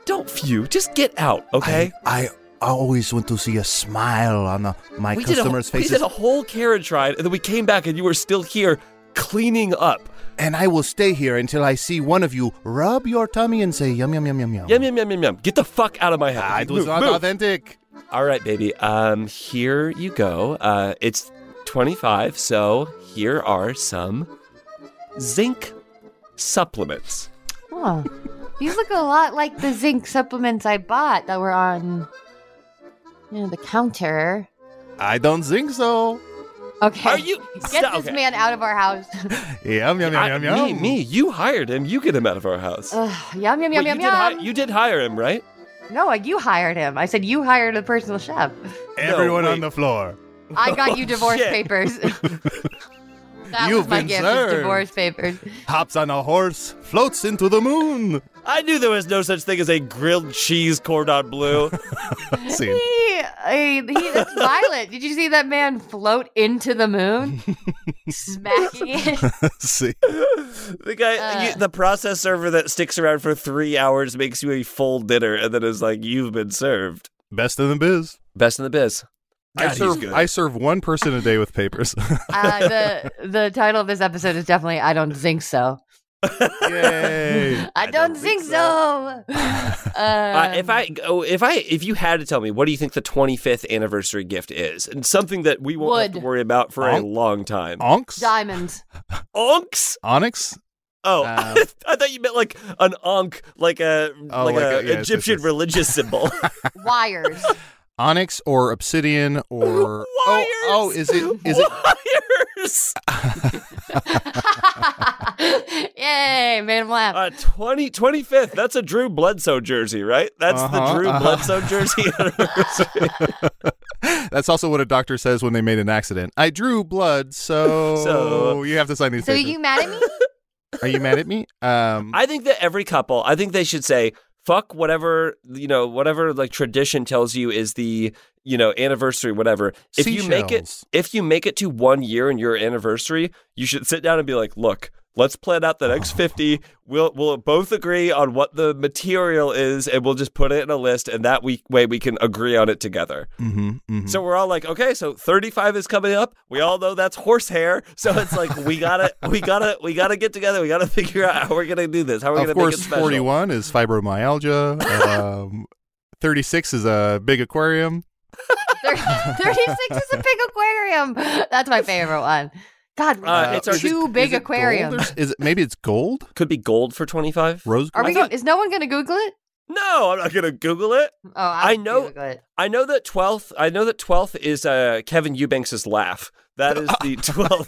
[SPEAKER 3] don't few. Just get out, okay?
[SPEAKER 2] I, I always want to see a smile on the, my
[SPEAKER 3] we, did a,
[SPEAKER 2] customers'
[SPEAKER 3] we
[SPEAKER 2] faces,
[SPEAKER 3] did a whole carriage ride, and then we came back, and you were still here cleaning up.
[SPEAKER 2] and I will stay here until I see one of you rub your tummy and say yum yum yum yum yum.
[SPEAKER 3] Yum yum yum yum yum. Get the fuck out of my house.
[SPEAKER 2] Ah, it Oh. was
[SPEAKER 3] Move,
[SPEAKER 2] not
[SPEAKER 3] move.
[SPEAKER 2] authentic.
[SPEAKER 3] All right, baby. Um, here you go. Uh, it's twenty-five, so here are some zinc supplements.
[SPEAKER 4] Oh, these look a lot like the zinc supplements I bought that were on you know, the counter.
[SPEAKER 2] I don't think so.
[SPEAKER 4] Okay.
[SPEAKER 3] Are you-
[SPEAKER 4] Get
[SPEAKER 3] Stop-
[SPEAKER 4] this
[SPEAKER 3] okay.
[SPEAKER 4] man out of
[SPEAKER 3] *laughs*
[SPEAKER 4] our house.
[SPEAKER 2] Yum yum yum
[SPEAKER 3] I-
[SPEAKER 2] yum
[SPEAKER 3] Me,
[SPEAKER 2] yum.
[SPEAKER 3] me. You hired him. You get him out of our house.
[SPEAKER 4] Ugh, Uh, yum yum yum
[SPEAKER 3] Wait,
[SPEAKER 4] yum
[SPEAKER 3] you, did hi-
[SPEAKER 4] yum.
[SPEAKER 3] you did hire him, right?
[SPEAKER 4] No, you hired him. I said you hired a personal chef.
[SPEAKER 2] Everyone on the floor.
[SPEAKER 4] I got you divorce
[SPEAKER 3] Oh, shit. *laughs*
[SPEAKER 4] papers. that
[SPEAKER 2] You've
[SPEAKER 4] was my
[SPEAKER 2] been
[SPEAKER 4] gift. is
[SPEAKER 2] served.
[SPEAKER 4] Divorce papers.
[SPEAKER 2] Hops on a horse, floats into the moon. *laughs*
[SPEAKER 3] I knew there was no such thing as a grilled cheese cordon *laughs* bleu. *laughs*
[SPEAKER 2] See, *laughs*
[SPEAKER 4] He, I- he, that's violent. Did you see that man float into
[SPEAKER 2] *laughs*
[SPEAKER 4] the moon, smacking it? *laughs*
[SPEAKER 2] see.
[SPEAKER 3] the guy,
[SPEAKER 4] Uh.
[SPEAKER 3] you- the process server that sticks around for three hours makes you a full dinner, and then is like, "You've been served."
[SPEAKER 2] Best in the biz.
[SPEAKER 3] Best in the biz.
[SPEAKER 2] I
[SPEAKER 3] God, he's
[SPEAKER 2] serve.
[SPEAKER 3] good.
[SPEAKER 2] I serve one person a day with
[SPEAKER 3] *laughs*
[SPEAKER 2] papers. *laughs*
[SPEAKER 4] Uh, the the title of this episode is definitely "I don't think so."
[SPEAKER 2] Yay!
[SPEAKER 4] I, don't, think, so. *laughs*
[SPEAKER 3] Uh,
[SPEAKER 4] Um,
[SPEAKER 3] if I oh, if I if you had to tell me what do you think the 25th anniversary gift is and something that we won't have to
[SPEAKER 4] Wood.
[SPEAKER 3] worry about for a
[SPEAKER 2] Onk.
[SPEAKER 3] long time.
[SPEAKER 2] Onks.
[SPEAKER 4] diamonds,
[SPEAKER 3] Onks?
[SPEAKER 2] Onyx.
[SPEAKER 3] Oh,
[SPEAKER 2] Um,
[SPEAKER 3] *laughs* I thought you meant like an onk, like a
[SPEAKER 2] Oh,
[SPEAKER 3] like,
[SPEAKER 2] like
[SPEAKER 3] a,
[SPEAKER 2] a- yes, yes,
[SPEAKER 3] Egyptian
[SPEAKER 2] yes. *laughs*
[SPEAKER 3] religious symbol.
[SPEAKER 4] wires. *laughs*
[SPEAKER 2] Onyx or obsidian or
[SPEAKER 3] *laughs*
[SPEAKER 2] oh
[SPEAKER 3] Wires.
[SPEAKER 2] oh is it is it
[SPEAKER 3] wires?
[SPEAKER 4] Yay, made him laugh.
[SPEAKER 3] Uh, 20, 25th. That's a Drew Bledsoe jersey, right? That's the
[SPEAKER 2] Uh-huh,
[SPEAKER 3] Drew
[SPEAKER 2] uh-huh.
[SPEAKER 3] Bledsoe jersey.
[SPEAKER 2] *laughs*
[SPEAKER 3] *laughs*
[SPEAKER 2] That's also what a doctor says when they made an accident. I drew blood, so,
[SPEAKER 3] *laughs* So-
[SPEAKER 2] you have to sign these
[SPEAKER 4] so
[SPEAKER 2] papers.
[SPEAKER 4] you mad at
[SPEAKER 3] *laughs*
[SPEAKER 4] me?
[SPEAKER 2] Are you mad at
[SPEAKER 4] *laughs*
[SPEAKER 2] me? Um,
[SPEAKER 3] I think that every couple, I think they should say, fuck whatever, you know, whatever like tradition tells you is the, you know, anniversary, whatever. If you make it,
[SPEAKER 2] Seashells.
[SPEAKER 3] if you make it to one year and your anniversary, you should sit down and be like, look, let's plan out the next 50. We'll, we'll both agree on what the material is and we'll just put it in a list. And that we, way we can agree on it together.
[SPEAKER 2] Mhm, mhm.
[SPEAKER 3] So we're all like, okay, so 35 is coming up. We all know that's horsehair. So it's like we gotta, *laughs* we gotta, we gotta get together. We gotta figure out how we're gonna do this. How we're gonna
[SPEAKER 2] of course,
[SPEAKER 3] make it special.
[SPEAKER 2] 41 is fibromyalgia.
[SPEAKER 3] *laughs*
[SPEAKER 2] Um, 36 is a big aquarium.
[SPEAKER 4] Thir- 36 is a big aquarium. That's my favorite one. God, we
[SPEAKER 3] Uh,
[SPEAKER 4] got
[SPEAKER 3] it's our-
[SPEAKER 4] two big aquariums.
[SPEAKER 2] Is it maybe it's gold?
[SPEAKER 3] Could be gold for 25.
[SPEAKER 2] Rose
[SPEAKER 4] Are
[SPEAKER 2] gold?
[SPEAKER 4] we?
[SPEAKER 3] I thought-
[SPEAKER 4] gonna, is no one going to Google it?
[SPEAKER 3] No, I'm not gonna Google it.
[SPEAKER 4] Oh,
[SPEAKER 3] I
[SPEAKER 4] I, would
[SPEAKER 3] know-
[SPEAKER 4] Google it.
[SPEAKER 3] I know that 12th. I know that 12th is uh, Kevin Eubanks's laugh. That
[SPEAKER 2] *laughs*
[SPEAKER 3] is the 12th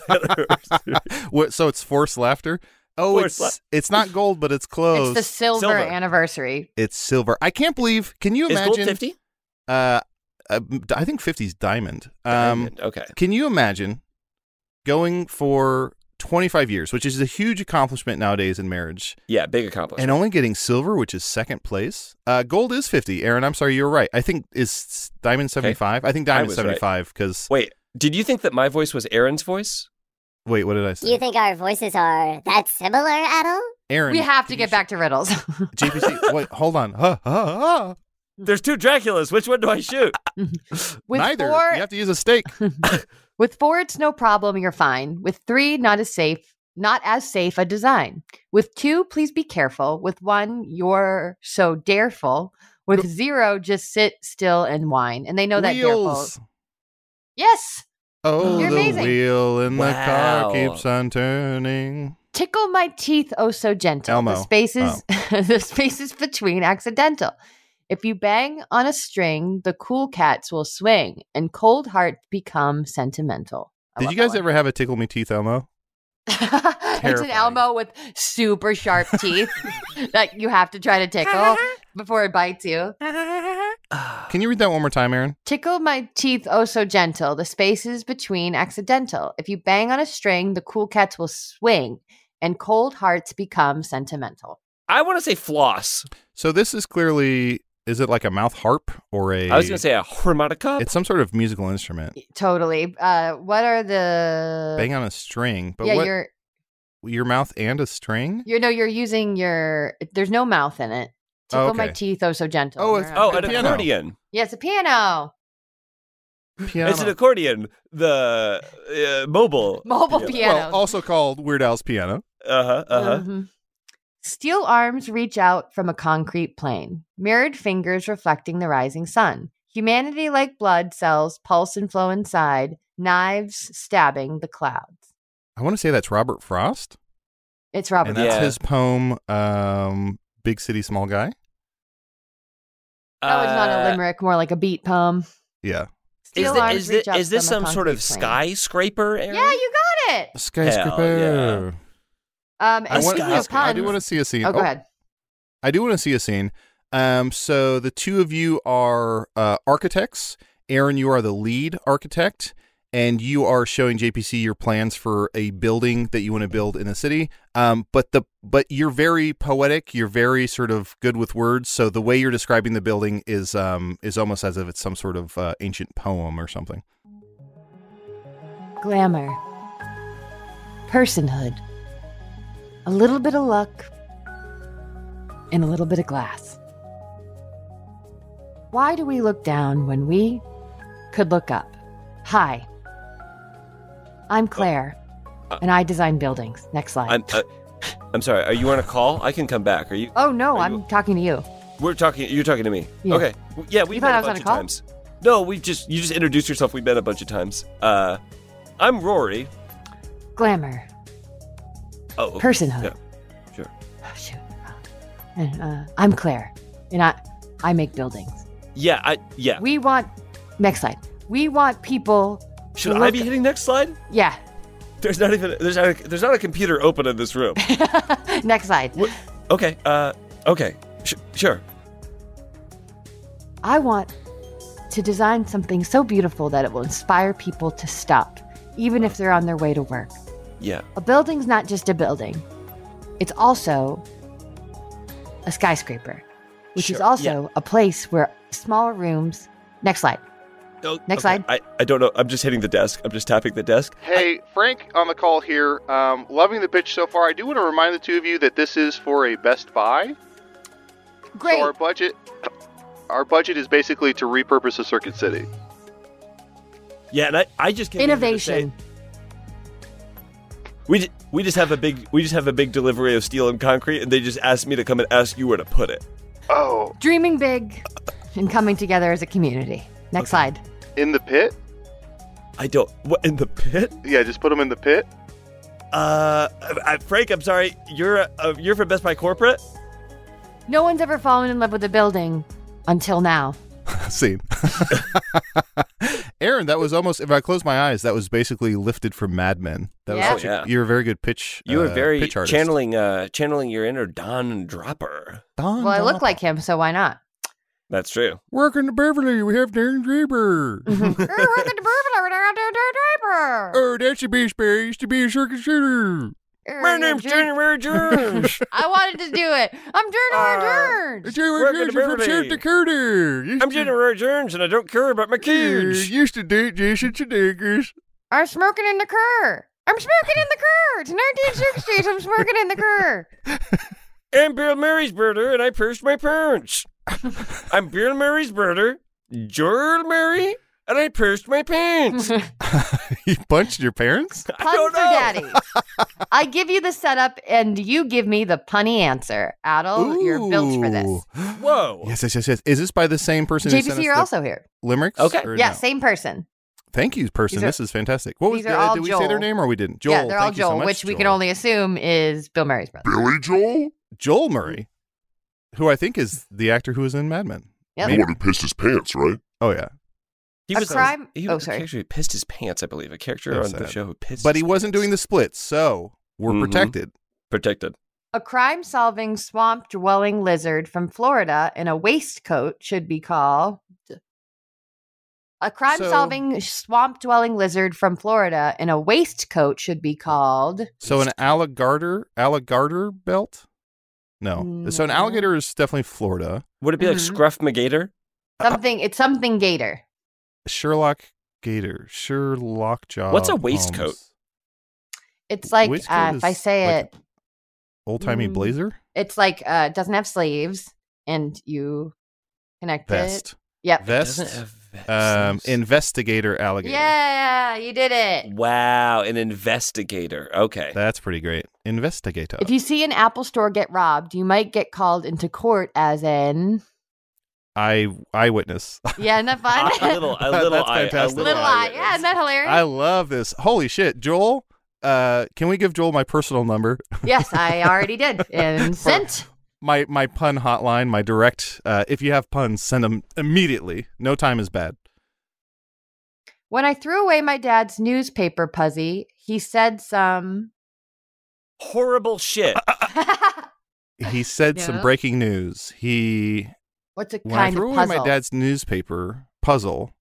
[SPEAKER 3] *laughs* anniversary.
[SPEAKER 2] what, so it's forced laughter. Oh,
[SPEAKER 3] Forced
[SPEAKER 2] it's
[SPEAKER 3] laugh-
[SPEAKER 2] it's not gold, but it's
[SPEAKER 4] It's
[SPEAKER 2] close.
[SPEAKER 4] the silver,
[SPEAKER 3] Silver.
[SPEAKER 4] anniversary.
[SPEAKER 2] It's silver. I can't believe. Can you
[SPEAKER 3] Is
[SPEAKER 2] imagine?
[SPEAKER 3] gold 50?
[SPEAKER 2] Uh, uh, I think 50 is diamond. Um,
[SPEAKER 3] okay.
[SPEAKER 2] Can you imagine going for 25 years, which is a huge accomplishment nowadays in marriage,
[SPEAKER 3] Yeah, big accomplishment.
[SPEAKER 2] and only getting silver, which is second place? Uh, gold is 50. Aaron, I'm sorry, you were right. I think is diamond 75. I think diamond
[SPEAKER 3] was right.
[SPEAKER 2] 75 because
[SPEAKER 3] Wait, did you think that my voice was Aaron's voice?
[SPEAKER 2] wait, what did I say?
[SPEAKER 10] You think our voices are that similar at all?
[SPEAKER 2] Aaron,
[SPEAKER 4] We have to
[SPEAKER 2] did
[SPEAKER 4] get
[SPEAKER 2] you-
[SPEAKER 4] back to riddles. *laughs*
[SPEAKER 2] GPC. wait, hold on. *laughs* Huh, huh, huh.
[SPEAKER 3] There's two Draculas. Which one do I shoot?
[SPEAKER 4] With
[SPEAKER 2] Neither.
[SPEAKER 4] four,
[SPEAKER 2] You have to use a
[SPEAKER 4] *laughs*
[SPEAKER 2] stake.
[SPEAKER 4] with four, it's no problem. You're fine. With three, not as safe, not as safe a design. With two, please be careful. With one, you're so dareful. With zero, just sit still and whine. And they know that
[SPEAKER 2] Wheels.
[SPEAKER 4] dareful. Yes,
[SPEAKER 2] Oh,
[SPEAKER 4] You're
[SPEAKER 2] the
[SPEAKER 4] amazing.
[SPEAKER 2] wheel in
[SPEAKER 3] Wow.
[SPEAKER 2] the car keeps on turning.
[SPEAKER 4] tickle my teeth oh so gentle
[SPEAKER 2] Elmo. Oh.
[SPEAKER 4] the spaces *laughs* the spaces between accidental if you bang on a string the cool cats will swing and cold hearts become sentimental I
[SPEAKER 2] Did
[SPEAKER 4] love
[SPEAKER 2] you
[SPEAKER 4] that
[SPEAKER 2] guys
[SPEAKER 4] one.
[SPEAKER 2] ever have a tickle me teeth Elmo? *laughs*
[SPEAKER 4] it's an
[SPEAKER 2] Terrifying.
[SPEAKER 4] elmo with super sharp
[SPEAKER 2] *laughs*
[SPEAKER 4] teeth that you have to try to tickle before it bites you
[SPEAKER 2] Can you read that one more time, Aaron?
[SPEAKER 4] tickle my teeth oh so gentle the spaces between accidental if you bang on a string the cool cats will swing and cold hearts become sentimental
[SPEAKER 3] I want to say floss.
[SPEAKER 2] So this is clearly is it like a mouth harp or a
[SPEAKER 3] I was gonna say a harmonica.
[SPEAKER 2] it's some sort of musical instrument.
[SPEAKER 4] Totally. Uh, what are the?
[SPEAKER 2] Bang on a string, but
[SPEAKER 4] yeah,
[SPEAKER 2] what
[SPEAKER 4] you're
[SPEAKER 2] your mouth and a string?
[SPEAKER 4] you're no, you're using your. There's no mouth in it. Tickle
[SPEAKER 2] Oh,
[SPEAKER 4] my
[SPEAKER 2] okay.
[SPEAKER 4] teeth, oh so gentle.
[SPEAKER 2] Oh, it's-
[SPEAKER 3] oh, an
[SPEAKER 2] a piano.
[SPEAKER 3] accordion.
[SPEAKER 4] yes, a piano,
[SPEAKER 2] Piano.
[SPEAKER 3] It's an accordion. The uh, mobile.
[SPEAKER 4] mobile
[SPEAKER 3] Yeah.
[SPEAKER 4] piano.
[SPEAKER 2] Well, also called Weird Al's piano.
[SPEAKER 3] Uh huh. Uh
[SPEAKER 11] Uh-huh.
[SPEAKER 3] huh.
[SPEAKER 4] Mhm. Steel arms reach out from a concrete plane, mirrored fingers reflecting the rising sun. Humanity, like blood cells, pulse and flow inside. Knives stabbing the clouds.
[SPEAKER 2] I want to say that's Robert Frost,
[SPEAKER 4] It's Robert.
[SPEAKER 2] and that's
[SPEAKER 3] Yeah.
[SPEAKER 2] his poem um Big City Small Guy.
[SPEAKER 3] Uh,
[SPEAKER 4] that was not a limerick, more like a beat poem.
[SPEAKER 2] Yeah.
[SPEAKER 11] is,
[SPEAKER 4] steel
[SPEAKER 11] thi- uh,
[SPEAKER 4] arms
[SPEAKER 11] is, thi-
[SPEAKER 4] reach up
[SPEAKER 11] is this
[SPEAKER 4] from
[SPEAKER 11] some
[SPEAKER 4] a
[SPEAKER 11] sort of
[SPEAKER 4] concrete plane.
[SPEAKER 11] skyscraper area?
[SPEAKER 4] Yeah, you got it.
[SPEAKER 2] Skyscraper.
[SPEAKER 4] Um,
[SPEAKER 2] I,
[SPEAKER 4] and
[SPEAKER 2] want,
[SPEAKER 4] speaking
[SPEAKER 2] I,
[SPEAKER 4] of puns,
[SPEAKER 2] I do want to see a scene.
[SPEAKER 4] Oh, go ahead.
[SPEAKER 2] I do want to see a scene. Um, so the two of you are uh, architects. Aaron, you are the lead architect, and you are showing JPC your plans for a building that you want to build in the city. Um, but the but you're very poetic. You're very sort of good with words. So the way you're describing the building is um, is almost as if it's some sort of uh, ancient poem or something.
[SPEAKER 4] Glamour. Personhood. A little bit of luck. And a little bit of glass. Why do we look down when we could look up? Hi. I'm Claire,
[SPEAKER 3] Uh,
[SPEAKER 4] and I design buildings. Next slide.
[SPEAKER 3] I'm, uh, I'm sorry. Are you on a call? I can come back. Are you?
[SPEAKER 4] oh, no, I'm talking to you.
[SPEAKER 3] We're talking. You're talking to me.
[SPEAKER 4] Yeah.
[SPEAKER 3] Okay. Yeah, we've
[SPEAKER 4] thought
[SPEAKER 3] met
[SPEAKER 4] I
[SPEAKER 3] a
[SPEAKER 4] was on
[SPEAKER 3] bunch
[SPEAKER 4] a
[SPEAKER 3] of
[SPEAKER 4] call?
[SPEAKER 3] times. No, we just you just introduced yourself. We've met a bunch of times. Uh, I'm Rory.
[SPEAKER 4] Glamour.
[SPEAKER 3] Oh, okay.
[SPEAKER 4] Personhood.
[SPEAKER 3] Yeah, sure.
[SPEAKER 4] Oh, shoot. And, uh, I'm Claire, and I, I make buildings.
[SPEAKER 3] Yeah, I yeah.
[SPEAKER 4] We want, next slide. We want people. to
[SPEAKER 3] Should I
[SPEAKER 4] look-
[SPEAKER 3] be hitting next slide?
[SPEAKER 4] Yeah,
[SPEAKER 3] There's not even there's not a, there's not a computer open in this room.
[SPEAKER 4] next slide.
[SPEAKER 3] okay. Uh, okay. Sh- sure.
[SPEAKER 4] I want to design something so beautiful that it will inspire people to stop, even if they're on their way to work.
[SPEAKER 3] Yeah.
[SPEAKER 4] A building's not just a building, it's also a skyscraper, which is
[SPEAKER 3] Sure,
[SPEAKER 4] also a place where smaller rooms. Next slide.
[SPEAKER 3] Oh,
[SPEAKER 4] Next slide.
[SPEAKER 3] I, I don't know. I'm just hitting the desk. I'm just tapping the desk.
[SPEAKER 2] Hey, Frank on the call here. Um, loving the pitch so far. I do want to remind the two of you that this is for a Best Buy.
[SPEAKER 4] Great.
[SPEAKER 2] our budget, our budget is basically to repurpose a Circuit City.
[SPEAKER 3] Yeah, and I, I just came in here to
[SPEAKER 4] Innovation.
[SPEAKER 3] say- we ju- we just have a big we just have a big delivery of steel and concrete, and they just asked me to come and ask you where to put it.
[SPEAKER 2] Oh,
[SPEAKER 4] Dreaming big and coming together as a community. Next slide.
[SPEAKER 2] in the pit?
[SPEAKER 3] I don't. What in the pit?
[SPEAKER 2] Yeah, just put them in the pit.
[SPEAKER 3] Uh, I, I- Frank, I'm sorry. You're uh, you're from Best Buy corporate.
[SPEAKER 4] No one's ever fallen in love with a building until now.
[SPEAKER 2] *laughs* Scene. *laughs* Aaron, that was almost. If I close my eyes, that was basically lifted from Mad Men. That
[SPEAKER 3] Yeah.
[SPEAKER 2] was such
[SPEAKER 3] Oh, yeah.
[SPEAKER 2] a, you're a very good pitch.
[SPEAKER 3] You are
[SPEAKER 2] uh,
[SPEAKER 3] very
[SPEAKER 2] pitch artist.
[SPEAKER 3] channeling uh channeling your inner Don Dropper.
[SPEAKER 2] Don
[SPEAKER 4] Well, I
[SPEAKER 2] Don-
[SPEAKER 4] look like him, so why not?
[SPEAKER 3] That's true.
[SPEAKER 2] Welcome to Beverly. We have Darren Draper. *laughs* oh, that should be Sperry. Used to be a circuit shooter.
[SPEAKER 4] My name's January
[SPEAKER 3] Jones.
[SPEAKER 4] I wanted to do it. I'm
[SPEAKER 2] Uh,
[SPEAKER 4] January Jones.
[SPEAKER 2] January Jones from South Dakota. Used
[SPEAKER 3] *laughs* I'm
[SPEAKER 2] to-
[SPEAKER 3] January Jones, and I don't care about my kids.
[SPEAKER 2] Yeah, Used to date Jason Sudeikis.
[SPEAKER 4] I'm smoking in the car. I'm smoking in the car. It's 1960s. I'm smoking in
[SPEAKER 2] *laughs*
[SPEAKER 4] the car.
[SPEAKER 3] I'm Bill Murray's brother, and I pierced my
[SPEAKER 4] *laughs*
[SPEAKER 3] parents. I'm Bill Murray's brother, Joel Murray, and I pierced my
[SPEAKER 4] *laughs*
[SPEAKER 3] pants. *laughs* I
[SPEAKER 2] You punched your parents?
[SPEAKER 4] Pun for daddy. I give you the setup, and you give me the punny answer.
[SPEAKER 2] Oh,
[SPEAKER 4] Adel, you're built for this.
[SPEAKER 3] Whoa.
[SPEAKER 2] Yes, yes, yes, yes. Is this by the same person? who sent
[SPEAKER 4] JPC,
[SPEAKER 2] us
[SPEAKER 4] you're
[SPEAKER 2] the
[SPEAKER 4] also here.
[SPEAKER 2] Limericks? or
[SPEAKER 4] Yeah,
[SPEAKER 2] no?
[SPEAKER 4] same person.
[SPEAKER 2] Thank you, person.
[SPEAKER 4] These are-
[SPEAKER 2] this is fantastic. What was
[SPEAKER 4] these are all
[SPEAKER 2] did we say
[SPEAKER 4] Joel.
[SPEAKER 2] their name or we didn't? Joel.
[SPEAKER 4] yeah, they're all
[SPEAKER 2] thank you so
[SPEAKER 4] Joel,
[SPEAKER 2] much,
[SPEAKER 4] which we can
[SPEAKER 2] Joel.
[SPEAKER 4] only assume is Bill Murray's brother.
[SPEAKER 6] Billy Joel?
[SPEAKER 2] Joel Murray, who I think is the actor who was in Mad Men.
[SPEAKER 4] Yep.
[SPEAKER 6] The one who pissed his pants, right?
[SPEAKER 2] Oh yeah,
[SPEAKER 3] He
[SPEAKER 4] A
[SPEAKER 3] was
[SPEAKER 4] crime-
[SPEAKER 3] He
[SPEAKER 4] oh,
[SPEAKER 3] was
[SPEAKER 4] sorry.
[SPEAKER 3] a character who pissed his pants, I believe. A character
[SPEAKER 2] So
[SPEAKER 3] on the
[SPEAKER 2] sad.
[SPEAKER 3] show who pissed.
[SPEAKER 2] but he *laughs*
[SPEAKER 3] his
[SPEAKER 2] wasn't
[SPEAKER 3] pants.
[SPEAKER 2] doing the splits, so we're
[SPEAKER 3] Mhm.
[SPEAKER 2] protected.
[SPEAKER 3] protected.
[SPEAKER 4] A crime solving swamp dwelling lizard from Florida in a waistcoat should be called. A crime solving swamp dwelling lizard from Florida in a waistcoat should be called.
[SPEAKER 2] So an alligator, alligator belt. No, so an
[SPEAKER 4] No.
[SPEAKER 2] alligator is definitely Florida.
[SPEAKER 3] Would it be like
[SPEAKER 4] Mhm.
[SPEAKER 3] Scruff McGator?
[SPEAKER 2] uh,
[SPEAKER 4] Something, it's something gator.
[SPEAKER 2] Sherlock Gator, Sherlock Jaw.
[SPEAKER 3] What's a waistcoat?
[SPEAKER 4] It's like,
[SPEAKER 2] Waistcoat
[SPEAKER 4] uh,
[SPEAKER 2] is
[SPEAKER 4] if I say
[SPEAKER 2] like
[SPEAKER 4] it,
[SPEAKER 2] Old timey
[SPEAKER 4] Mm.
[SPEAKER 2] blazer
[SPEAKER 4] it's like, uh, it doesn't have sleeves and you connect
[SPEAKER 2] vest.
[SPEAKER 4] it. Yep.
[SPEAKER 3] Doesn't
[SPEAKER 2] Vest.
[SPEAKER 3] have
[SPEAKER 2] Um, investigator alligator.
[SPEAKER 4] Yeah, you did it.
[SPEAKER 3] Wow, an investigator. Okay.
[SPEAKER 2] That's pretty great. Investigator.
[SPEAKER 4] If you see an Apple store get robbed, you might get called into court as an.
[SPEAKER 2] *laughs* I eyewitness.
[SPEAKER 4] Yeah, isn't that *laughs* fun?
[SPEAKER 3] a little,
[SPEAKER 2] *laughs*
[SPEAKER 3] a
[SPEAKER 2] That's
[SPEAKER 3] little eye, a
[SPEAKER 2] fantastic.
[SPEAKER 3] little,
[SPEAKER 4] Little eye.
[SPEAKER 3] eyewitness.
[SPEAKER 4] Yeah, isn't that hilarious?
[SPEAKER 2] I love this. Holy shit, Joel. Uh, can we give Joel my personal number?
[SPEAKER 4] yes, I already
[SPEAKER 5] *laughs*
[SPEAKER 4] did. And sent.
[SPEAKER 2] My my pun hotline, my direct. Uh, if you have puns, send them immediately. No time is bad.
[SPEAKER 4] When I threw away my dad's newspaper puzzy, he said some.
[SPEAKER 3] Horrible shit.
[SPEAKER 4] *laughs*
[SPEAKER 5] He said some
[SPEAKER 4] Yeah.
[SPEAKER 5] breaking news. He
[SPEAKER 4] What's a
[SPEAKER 5] when I
[SPEAKER 4] kind
[SPEAKER 5] threw
[SPEAKER 4] of
[SPEAKER 5] away
[SPEAKER 4] puzzle?
[SPEAKER 5] my dad's newspaper puzzle.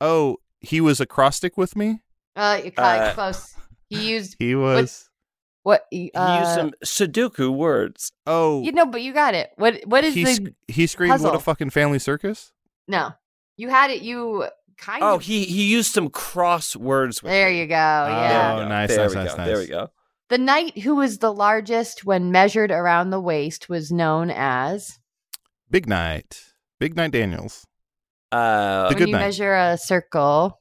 [SPEAKER 5] Oh, he was acrostic with me.
[SPEAKER 4] Uh, you caught it
[SPEAKER 5] Uh,
[SPEAKER 4] close. He used
[SPEAKER 5] He was.
[SPEAKER 4] what? y- Uh,
[SPEAKER 3] Sudoku words.
[SPEAKER 5] Oh,
[SPEAKER 4] You know, but you got it. What? What is
[SPEAKER 5] he,
[SPEAKER 4] the?
[SPEAKER 5] sc- he screamed, "What
[SPEAKER 4] puzzle?
[SPEAKER 5] a fucking family circus!"
[SPEAKER 4] no, you had it. You kind
[SPEAKER 3] Oh,
[SPEAKER 4] of.
[SPEAKER 3] he he used some cross words. With
[SPEAKER 4] There you go. Yeah.
[SPEAKER 5] Oh, nice,
[SPEAKER 3] There
[SPEAKER 5] nice,
[SPEAKER 3] we
[SPEAKER 5] nice,
[SPEAKER 3] go.
[SPEAKER 5] nice.
[SPEAKER 3] There we go.
[SPEAKER 4] The knight who was the largest when measured around the waist was known as.
[SPEAKER 5] Big night, Big night, Daniels.
[SPEAKER 3] Uh,
[SPEAKER 5] the
[SPEAKER 4] when
[SPEAKER 5] good
[SPEAKER 4] you
[SPEAKER 5] night.
[SPEAKER 4] measure a circle.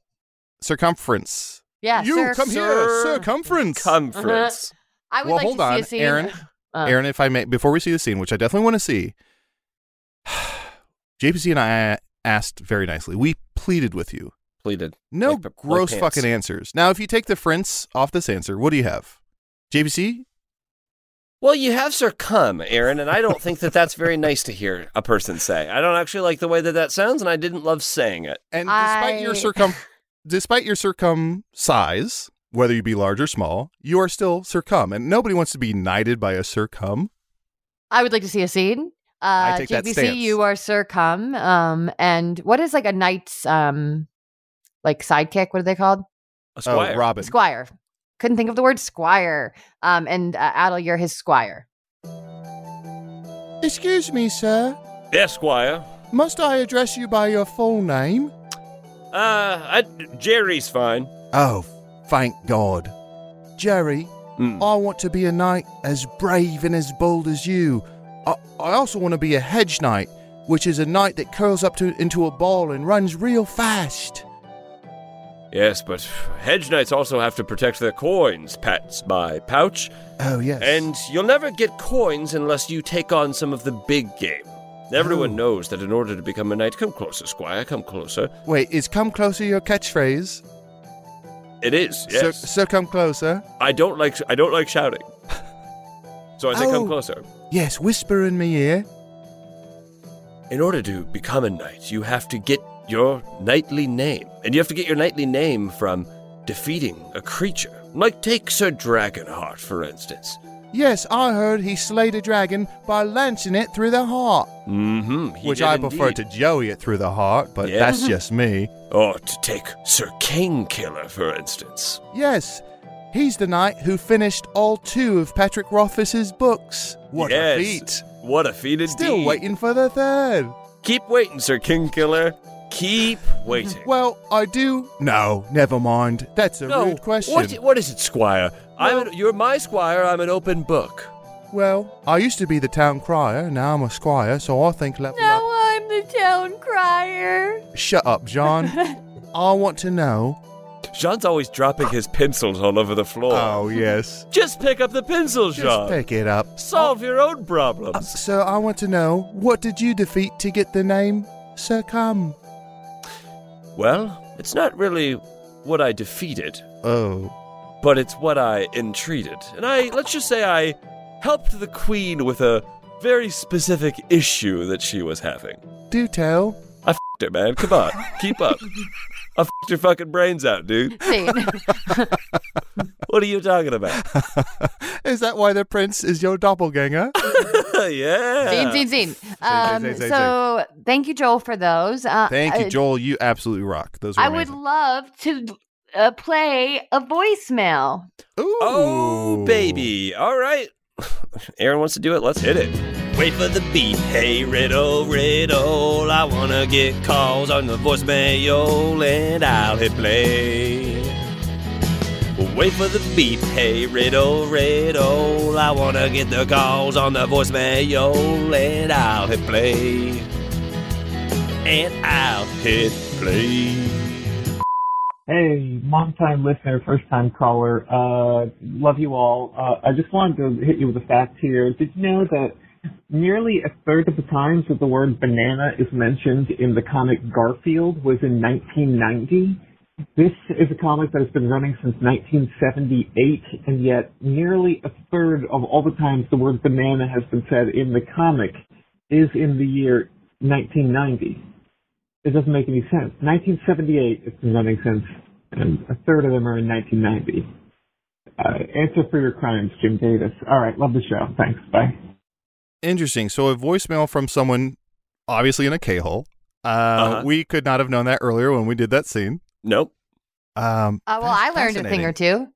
[SPEAKER 5] circumference.
[SPEAKER 4] Yeah.
[SPEAKER 5] you
[SPEAKER 4] cir-
[SPEAKER 5] come here, circumference.
[SPEAKER 3] Circumference.
[SPEAKER 4] I would
[SPEAKER 5] well,
[SPEAKER 4] like
[SPEAKER 5] hold
[SPEAKER 4] to
[SPEAKER 5] on,
[SPEAKER 4] see a scene. *laughs*
[SPEAKER 5] Aaron.
[SPEAKER 4] Uh.
[SPEAKER 5] Aaron, if I may, before we see the scene, which I definitely want to see, *sighs* JPC and I asked very nicely. We pleaded with you.
[SPEAKER 3] Pleated.
[SPEAKER 5] No
[SPEAKER 3] Like the- like
[SPEAKER 5] gross
[SPEAKER 3] pants.
[SPEAKER 5] fucking answers. Now, if you take the frints off this answer, what do you have? JPC?
[SPEAKER 3] Well, you have circum, Aaron, and I don't think that that's
[SPEAKER 5] *laughs*
[SPEAKER 3] very nice to hear a person say. I don't actually like the way that that sounds, and I didn't love saying it.
[SPEAKER 5] And despite your
[SPEAKER 4] I-
[SPEAKER 5] circum, despite your circum size, whether you be large or small, you are still circum, and nobody wants to be knighted by a circum. Oh,
[SPEAKER 4] I would like to see a scene. Uh,
[SPEAKER 5] take that
[SPEAKER 4] JVC,
[SPEAKER 5] stance.
[SPEAKER 4] you are circum. Um, and what is like a knight's um, like sidekick? What are they called?
[SPEAKER 3] A
[SPEAKER 5] Oh,
[SPEAKER 3] squire.
[SPEAKER 5] Robin.
[SPEAKER 4] Squire. Couldn't think of the word squire. Um, and uh, Adel, you're his squire.
[SPEAKER 5] Excuse me, sir.
[SPEAKER 3] Esquire.
[SPEAKER 5] Must I address you by your full name?
[SPEAKER 3] Uh, I, Jerry's fine.
[SPEAKER 5] Oh, thank God. Jerry,
[SPEAKER 3] Mm.
[SPEAKER 5] I want to be a knight as brave and as bold as you. I, I also want to be a hedge knight, which is a knight that curls up to, into a ball and runs real fast.
[SPEAKER 3] Yes, but hedge knights also have to protect their coins, pats by pouch.
[SPEAKER 5] Oh, yes.
[SPEAKER 3] And you'll never get coins unless you take on some of the big game. Everyone
[SPEAKER 5] Oh.
[SPEAKER 3] knows that in order to become a knight, come closer, squire, come closer.
[SPEAKER 5] Wait, is come closer your catchphrase?
[SPEAKER 3] It is,
[SPEAKER 5] Sir,
[SPEAKER 3] yes.
[SPEAKER 5] sir, come closer.
[SPEAKER 3] I don't like I don't like shouting. So I say
[SPEAKER 5] Oh.
[SPEAKER 3] come closer.
[SPEAKER 5] Yes, whisper in me ear.
[SPEAKER 3] In order to become a knight, you have to get your knightly name. And you have to get your knightly name from defeating a creature. Like take Sir Dragonheart, for instance.
[SPEAKER 5] Yes, I heard he slayed a dragon by lancing it through the heart.
[SPEAKER 3] Mm-hmm. he
[SPEAKER 5] which
[SPEAKER 3] did
[SPEAKER 5] I prefer
[SPEAKER 3] indeed.
[SPEAKER 5] to Joey it through the heart, but
[SPEAKER 3] Yeah.
[SPEAKER 5] that's just me.
[SPEAKER 3] Or to take Sir Kingkiller, for instance.
[SPEAKER 5] Yes, he's the knight who finished all two of Patrick Rothfuss's books. What
[SPEAKER 3] yes.
[SPEAKER 5] a feat!
[SPEAKER 3] What a feat indeed.
[SPEAKER 5] Still waiting for the third.
[SPEAKER 3] Keep waiting, Sir Kingkiller. Keep waiting.
[SPEAKER 5] Well, I do. No, never mind. That's a
[SPEAKER 3] no,
[SPEAKER 5] rude question.
[SPEAKER 3] What, what is it, Squire? I'm an, you're my Squire. I'm an open book.
[SPEAKER 5] Well, I used to be the town crier. Now I'm a squire, so I think level up.
[SPEAKER 4] I'm the town crier.
[SPEAKER 5] Shut
[SPEAKER 4] *laughs*
[SPEAKER 5] up, John. I want to know.
[SPEAKER 3] Jean's always dropping his pencils all over the floor. *laughs*
[SPEAKER 5] Oh yes.
[SPEAKER 3] Just pick up the pencil,
[SPEAKER 5] Just
[SPEAKER 3] Jean.
[SPEAKER 5] pick it up.
[SPEAKER 3] Solve your own
[SPEAKER 5] Uh,
[SPEAKER 3] problems.
[SPEAKER 5] so I want to know what did you defeat to get the name Sir Cum?
[SPEAKER 3] well, it's not really what I defeated,
[SPEAKER 5] Oh.
[SPEAKER 3] but it's what I entreated. And I, let's just say, I helped the queen with a very specific issue that she was having.
[SPEAKER 5] Do tell. *laughs*
[SPEAKER 3] I fed her, man. Come on, keep up. I fed your fucking brains out, dude.
[SPEAKER 5] *laughs*
[SPEAKER 4] Scene.
[SPEAKER 3] What are you talking about? *laughs*
[SPEAKER 5] Is that why the prince is your doppelganger?
[SPEAKER 3] yeah.
[SPEAKER 4] Scene, scene, scene. Um,
[SPEAKER 5] scene, scene,
[SPEAKER 4] so thank you, Joel, for those. Uh,
[SPEAKER 5] Thank
[SPEAKER 4] uh,
[SPEAKER 5] you, Joel. You absolutely rock. Those were
[SPEAKER 4] I would
[SPEAKER 5] amazing.
[SPEAKER 4] love to uh, play a voicemail.
[SPEAKER 5] Ooh.
[SPEAKER 3] Oh, baby. All right. *laughs* Aaron wants to do it. Let's hit it. Wait for the beat. Hey, riddle, riddle. I want to get calls on the voicemail and I'll hit play. Wait for the beat. Hey, riddle, riddle. I want to get the calls on the voicemail and I'll hit play. And I'll hit play.
[SPEAKER 12] Hey, long time listener, first time caller. Uh, love you all. Uh, I just wanted to hit you with a fact here. Did you know that nearly a third of the times that the word banana is mentioned in the comic Garfield was in 1990? This is a comic that has been running since 1978, and yet nearly a third of all the times the word banana has been said in the comic is in the year 1990. It doesn't make any sense. 1978 has been running since
[SPEAKER 9] and a third of them are in 1990. Uh, answer for your crimes, Jim Davis. All right, love the show. Thanks. Bye.
[SPEAKER 5] Interesting. So a voicemail from someone obviously in a K hole. Uh,
[SPEAKER 3] Uh-huh.
[SPEAKER 5] We could not have known that earlier when we did that scene.
[SPEAKER 3] Nope.
[SPEAKER 5] Um,
[SPEAKER 4] Uh, well, I learned a thing or two.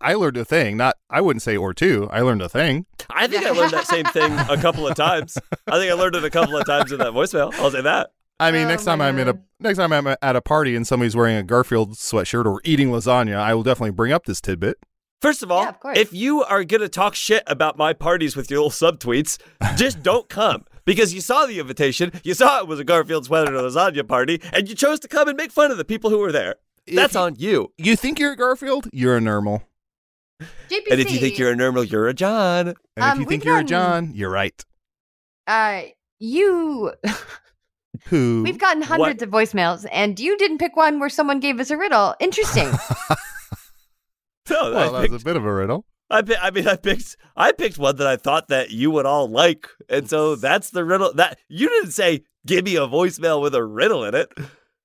[SPEAKER 5] I learned a thing. Not I wouldn't say or two. I learned a thing.
[SPEAKER 3] I think I learned that same thing a couple of times. I think I learned it a couple of times in that voicemail. I'll say that.
[SPEAKER 5] I
[SPEAKER 4] Oh,
[SPEAKER 5] mean, next time I'm in a next time I'm at a party and somebody's wearing a Garfield sweatshirt or eating lasagna, I will definitely bring up this tidbit.
[SPEAKER 3] First of all, if you are going to talk shit about my parties with your little subtweets, just don't come because you saw the invitation, you saw it was a Garfield's weather and lasagna party, and you chose to come and make fun of the people who were there. That's on you.
[SPEAKER 5] You think you're a Garfield? You're a normal.
[SPEAKER 3] And if you think you're a normal, you're a John. And
[SPEAKER 5] if
[SPEAKER 4] Um,
[SPEAKER 5] you think
[SPEAKER 4] we've
[SPEAKER 5] you're a
[SPEAKER 4] done-
[SPEAKER 5] John, you're right.
[SPEAKER 4] Uh, you. *laughs*
[SPEAKER 5] Who?
[SPEAKER 4] We've gotten hundreds of voicemails, and you didn't pick one where someone gave us a riddle.
[SPEAKER 3] *laughs*
[SPEAKER 4] Interesting.
[SPEAKER 3] No, I
[SPEAKER 5] well,
[SPEAKER 3] *laughs*
[SPEAKER 5] that was a bit of a riddle.
[SPEAKER 3] I, pi- I mean, I picked, I picked one that I thought that you would all like, and so that's the riddle. That you didn't say, "Give me a voicemail with a riddle in it."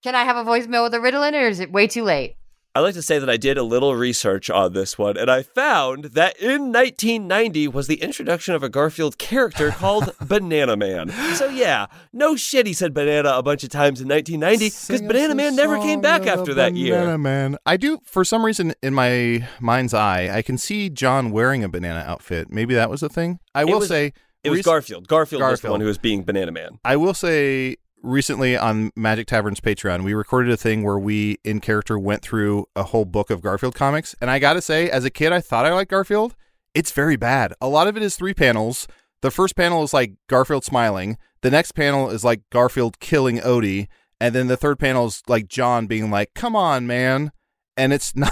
[SPEAKER 4] Can I have a voicemail with a riddle in it, or is it way too late?
[SPEAKER 3] I like to say that I did a little research on this one, and I found that in 1990 was the introduction of a Garfield
[SPEAKER 5] *laughs*
[SPEAKER 3] character called Banana Man. So yeah, no shit, he said banana a bunch of times in 1990 because Banana Man never came back after that year.
[SPEAKER 5] Banana man. I do for some reason in my mind's eye, I can see John wearing a banana outfit. Maybe that was a thing. I
[SPEAKER 3] It
[SPEAKER 5] will
[SPEAKER 3] was-
[SPEAKER 5] say
[SPEAKER 3] it was
[SPEAKER 5] rec-
[SPEAKER 3] Garfield. Garfield, was the
[SPEAKER 5] Garfield.
[SPEAKER 3] one who was being Banana Man.
[SPEAKER 5] I will say recently on Magic Tavern's Patreon, we recorded a thing where we in character went through a whole book of Garfield comics, and I got to say as a kid I thought I liked Garfield. It's very bad. A lot of it is three panels. The first panel is like Garfield smiling, the next panel is like Garfield killing Odie, and then the third panel is like John being like, "Come on, man." And it's *laughs* not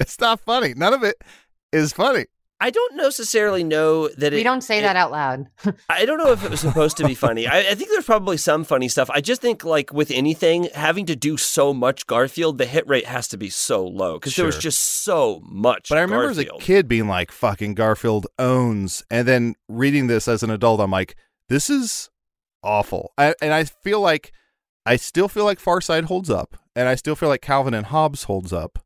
[SPEAKER 5] it's not funny. None of it is funny.
[SPEAKER 3] I don't necessarily know that it,
[SPEAKER 4] we don't say that out loud.
[SPEAKER 3] I don't know if it was supposed to be funny. I, I think there's probably some funny stuff. I just think, like with anything, having to do so much Garfield, the hit rate has to be so low because there was
[SPEAKER 5] Sure.
[SPEAKER 3] just so much.
[SPEAKER 5] But I remember
[SPEAKER 3] Garfield.
[SPEAKER 5] as a kid being like, fucking Garfield owns. And then reading this as an adult, I'm like, this is awful. I, and I feel like, I still feel like Farside holds up. And I still feel like Calvin and Hobbes holds up.